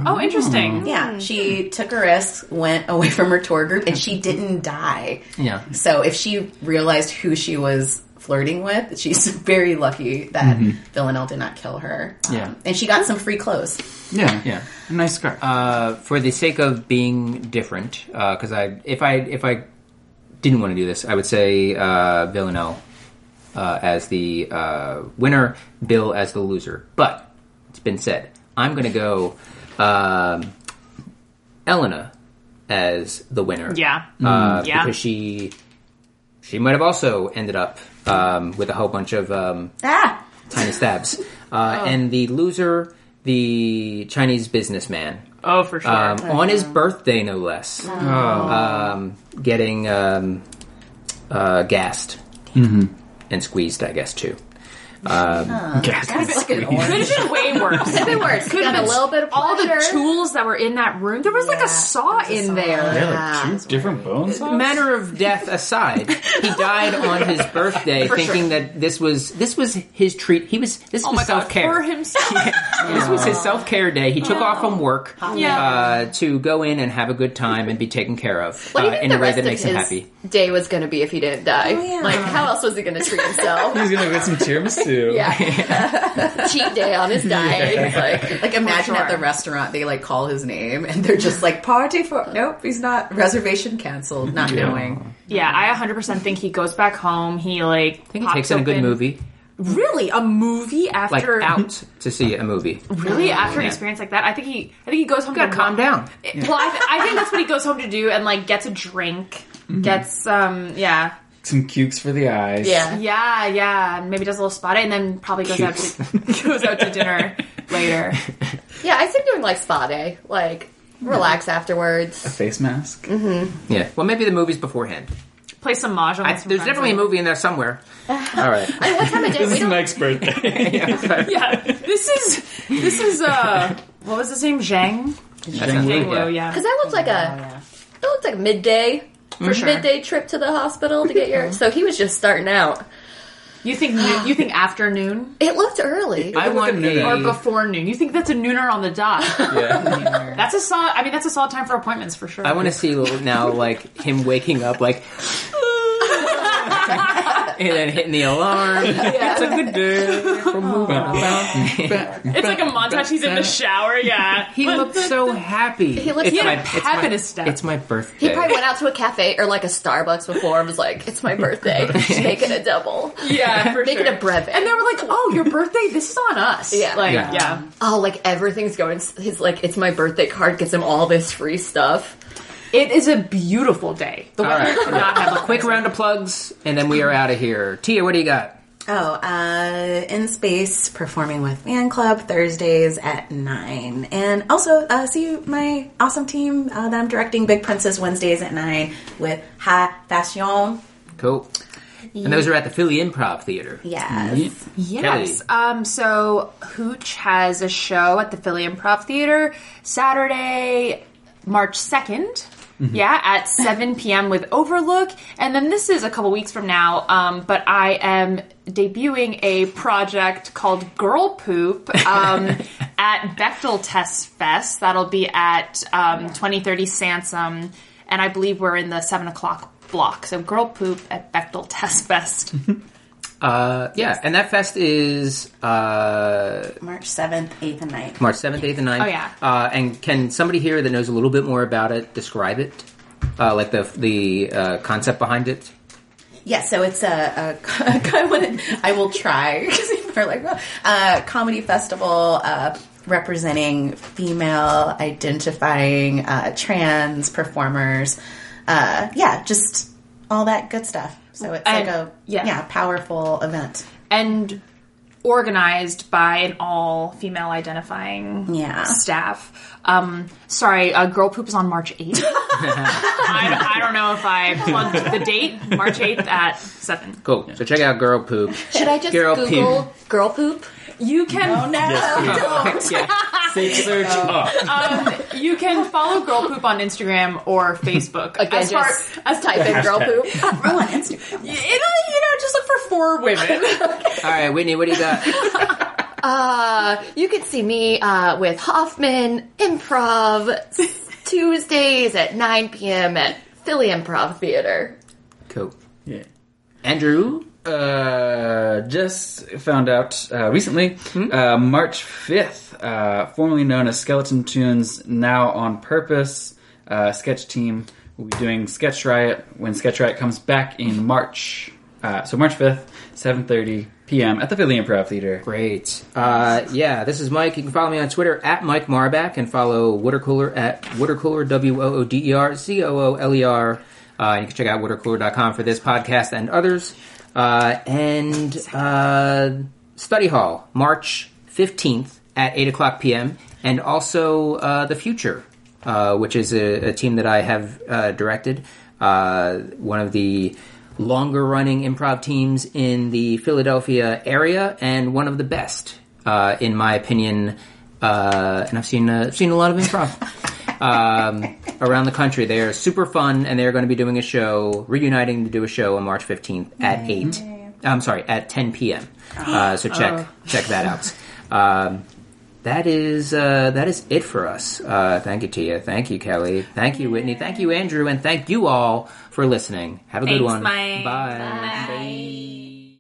[SPEAKER 4] Oh, interesting.
[SPEAKER 1] Mm-hmm.
[SPEAKER 6] Yeah, she took a risk, went away from her tour group, and she didn't die.
[SPEAKER 1] Yeah.
[SPEAKER 6] So if she realized who she was flirting with, she's very lucky that Villanelle did not kill her. Um,
[SPEAKER 1] Mm-hmm. Yeah.
[SPEAKER 6] and she got some free clothes.
[SPEAKER 2] Yeah, yeah. Nice scarf.
[SPEAKER 1] uh, for the sake of being different, because I if I if I didn't want to do this, I would say uh, Villanelle uh, as the uh, winner, Bill as the loser. But it's been said. I'm going to go um, Elena as the winner.
[SPEAKER 4] Yeah.
[SPEAKER 1] uh,
[SPEAKER 4] Yeah.
[SPEAKER 1] because she she might have also ended up um, with a whole bunch of um,
[SPEAKER 6] Ah,
[SPEAKER 1] tiny stabs. Uh, And the loser, the Chinese businessman,
[SPEAKER 4] Oh, for sure.
[SPEAKER 1] um, on his birthday, no less,
[SPEAKER 2] Oh.
[SPEAKER 1] um, getting um, uh, gassed and squeezed, I guess, too.
[SPEAKER 6] that's like an orange.
[SPEAKER 4] Could have been way worse.
[SPEAKER 3] Could have been worse.
[SPEAKER 4] Could have
[SPEAKER 3] Got a
[SPEAKER 4] been
[SPEAKER 3] little bit of
[SPEAKER 4] all the
[SPEAKER 3] pleasure.
[SPEAKER 4] tools that were in that room. There was like
[SPEAKER 6] Yeah,
[SPEAKER 4] a saw
[SPEAKER 6] there's a
[SPEAKER 4] in
[SPEAKER 6] saw.
[SPEAKER 4] there.
[SPEAKER 6] Yeah.
[SPEAKER 10] Like two different bones.
[SPEAKER 1] Matter of death aside, he died on his birthday, thinking that this was this was his treat. He was this
[SPEAKER 4] Oh
[SPEAKER 1] was
[SPEAKER 4] my
[SPEAKER 1] self
[SPEAKER 4] god, for
[SPEAKER 1] care.
[SPEAKER 4] himself.
[SPEAKER 1] This was his self care day. He took off from work
[SPEAKER 4] Yeah.
[SPEAKER 1] uh, to go in and have a good time and be taken care of
[SPEAKER 3] What do
[SPEAKER 1] uh,
[SPEAKER 3] you
[SPEAKER 1] in
[SPEAKER 3] think
[SPEAKER 1] a
[SPEAKER 3] the
[SPEAKER 1] way
[SPEAKER 3] rest
[SPEAKER 1] that
[SPEAKER 3] of
[SPEAKER 1] makes him
[SPEAKER 3] his
[SPEAKER 1] happy.
[SPEAKER 3] day was going to be if he didn't die?
[SPEAKER 6] yeah.
[SPEAKER 3] Like, how else was he going to treat himself?
[SPEAKER 2] He's gonna get some tiramisu.
[SPEAKER 3] yeah, cheat day on his diet. It's like,
[SPEAKER 6] Like imagine
[SPEAKER 4] sure.
[SPEAKER 6] at the restaurant they like call his name and they're just like party for nope he's not reservation canceled not knowing
[SPEAKER 4] yeah, I 100% think he goes back home. He like
[SPEAKER 1] I think he takes in a good movie,
[SPEAKER 4] Really, a movie
[SPEAKER 1] like
[SPEAKER 4] after
[SPEAKER 1] out to see a movie.
[SPEAKER 4] really after an
[SPEAKER 1] Yeah.
[SPEAKER 4] experience like that. I think he I think he goes home to
[SPEAKER 1] Calm down.
[SPEAKER 4] Well, I, th- I think that's what he goes home to do and like gets a drink,
[SPEAKER 1] Mm-hmm.
[SPEAKER 4] gets um yeah.
[SPEAKER 2] Some cukes for the eyes.
[SPEAKER 3] yeah.
[SPEAKER 4] Yeah, yeah, and maybe does a little spot and then probably goes out to goes out to dinner later.
[SPEAKER 3] Yeah, I see him doing like spa day. Like, relax afterwards.
[SPEAKER 2] Face mask.
[SPEAKER 1] Yeah. Well, maybe the movies beforehand.
[SPEAKER 4] play some mahjong.
[SPEAKER 1] I,
[SPEAKER 4] with some
[SPEAKER 1] there's
[SPEAKER 4] friends
[SPEAKER 1] definitely a
[SPEAKER 4] and-
[SPEAKER 1] movie in there somewhere. All right.
[SPEAKER 4] I mean, what time of day? We don't-
[SPEAKER 1] Mike's birthday.
[SPEAKER 4] yeah, this is this is uh, what was his name? Zhang. Oh,
[SPEAKER 1] Zhang Wu, yeah.
[SPEAKER 4] yeah.
[SPEAKER 3] Because that looked like a it looked like midday for Mm-hmm.
[SPEAKER 4] For sure.
[SPEAKER 3] midday trip to the hospital to get your. so he was just starting out.
[SPEAKER 4] You think noo- you think afternoon?
[SPEAKER 3] It looked early.
[SPEAKER 1] I want a-
[SPEAKER 4] or before noon. You think that's a nooner on the dot?
[SPEAKER 1] Yeah.
[SPEAKER 4] that's a solid. I mean, that's a solid time for appointments for sure.
[SPEAKER 1] I want to see now, like him waking up, like, and then hitting the alarm. It's a good day. We're moving on.
[SPEAKER 4] It's like a montage. He's in the shower. Yeah,
[SPEAKER 1] He looked so happy.
[SPEAKER 3] He looked- he had a happiness
[SPEAKER 1] it's my,
[SPEAKER 3] step.
[SPEAKER 1] it's my birthday.
[SPEAKER 3] He probably went out to a cafe or like a Starbucks before and was like, "It's my birthday. Just Make it a double.
[SPEAKER 4] Yeah, for
[SPEAKER 3] make it
[SPEAKER 4] sure.
[SPEAKER 3] a brevet."
[SPEAKER 4] And they were like, "Oh, your birthday? This is on us."
[SPEAKER 3] Yeah,
[SPEAKER 4] like yeah.
[SPEAKER 3] Oh, like everything's going. He's like, "It's my birthday card." Gets him all this free stuff.
[SPEAKER 4] It is a beautiful day. The
[SPEAKER 1] All right. Quick round of plugs, and then we are out of here. Tia, what do you got?
[SPEAKER 6] Oh, uh, in space performing with Man Club Thursdays at nine, and also uh, see my awesome team uh, that I'm directing Big Princess Wednesdays at nine with High Fashion.
[SPEAKER 1] Cool. And those are at the Philly Improv Theater.
[SPEAKER 6] Yes.
[SPEAKER 4] Yes. Um, so Hooch has a show at the Philly Improv Theater Saturday, March 2nd.
[SPEAKER 5] Mhm.
[SPEAKER 4] Yeah, at 7 p.m. with Overlook. And then this is a couple weeks from now, um, but I am debuting a project called Girl Poop um, at Bechtel Test Fest. That'll be at um, 2030 Sansom. And I believe we're in the 7 o'clock block. So Girl Poop at Bechtel Test Fest.
[SPEAKER 1] Uh, yeah, and that fest is uh,
[SPEAKER 6] March seventh, eighth, and 9th.
[SPEAKER 1] March 7th, 8th, and 9th.
[SPEAKER 4] Oh, yeah.
[SPEAKER 1] Uh, and can somebody here that knows a little bit more about it describe it? Uh, like the the uh, concept behind it?
[SPEAKER 6] Yeah, so it's a, a I, wouldn't, I will try because people are like, well, uh, comedy festival uh, representing female identifying uh, trans performers. Uh, yeah, just all that good stuff. So it's like
[SPEAKER 4] And-
[SPEAKER 6] a
[SPEAKER 4] yeah.
[SPEAKER 6] yeah. powerful event.
[SPEAKER 4] and organized by an all female identifying
[SPEAKER 6] Yeah.
[SPEAKER 4] staff. Um, sorry, uh, Girl Poop is on March 8th. I, don't, I don't know if I plugged the date, March 8th at 7.
[SPEAKER 1] Cool. So check out Girl Poop.
[SPEAKER 3] Should I just
[SPEAKER 1] Girl
[SPEAKER 3] Google
[SPEAKER 1] Poop.
[SPEAKER 3] girl poop?
[SPEAKER 4] You can.
[SPEAKER 6] Oh, no.
[SPEAKER 1] Safe search up.
[SPEAKER 4] um, you can follow Girl Poop on Instagram or Facebook.
[SPEAKER 3] Again,
[SPEAKER 4] as far
[SPEAKER 3] just
[SPEAKER 4] as
[SPEAKER 3] type in Girl Poop.
[SPEAKER 6] on Instagram.
[SPEAKER 4] You know, you know, just look for four women.
[SPEAKER 1] All right, Whitney, what do you got?
[SPEAKER 3] Uh, you can see me uh, with Hoffman Improv Tuesdays at 9 p.m. at Philly Improv Theater.
[SPEAKER 1] Cool.
[SPEAKER 2] Yeah.
[SPEAKER 1] Andrew?
[SPEAKER 2] Uh, just found out uh, recently, uh, March 5th, uh, formerly known as Skeleton Tunes, now on purpose, uh, Sketch Team will be doing Sketch Riot when Sketch Riot comes back in March. Uh, so March 5th, 7.30 p.m. at the Philly Improv Theater.
[SPEAKER 1] Great. Uh, yeah, this is Mike. You can follow me on Twitter at Mike Marback and follow Water Cooler at Water Cooler, W O O D E R C O O L E R. Uh, and you can check out watercooler.com for this podcast and others. Uh, and uh, Study Hall, March 15th at 8 o'clock p.m. And also uh, The Future, uh, which is a, a team that I have uh, directed. Uh, one of the longer running improv teams in the Philadelphia area and one of the best, uh, in my opinion. Uh, and I've seen uh, seen a lot of improv um, around the country. They are super fun, and they are going to be doing a show, reuniting to do a show on March fifteenth at
[SPEAKER 4] Mm-hmm.
[SPEAKER 1] eight. I'm sorry, at ten p.m. Uh, so check
[SPEAKER 4] Oh.
[SPEAKER 1] check that out. Um, that is uh, that is it for us. Uh, thank you, Tia. Thank you, Kelly. Thank you, Whitney. Thank you, Andrew, and thank you all for listening. Have a good
[SPEAKER 4] Thanks,
[SPEAKER 1] one.
[SPEAKER 4] Mike.
[SPEAKER 1] Bye.
[SPEAKER 4] Bye.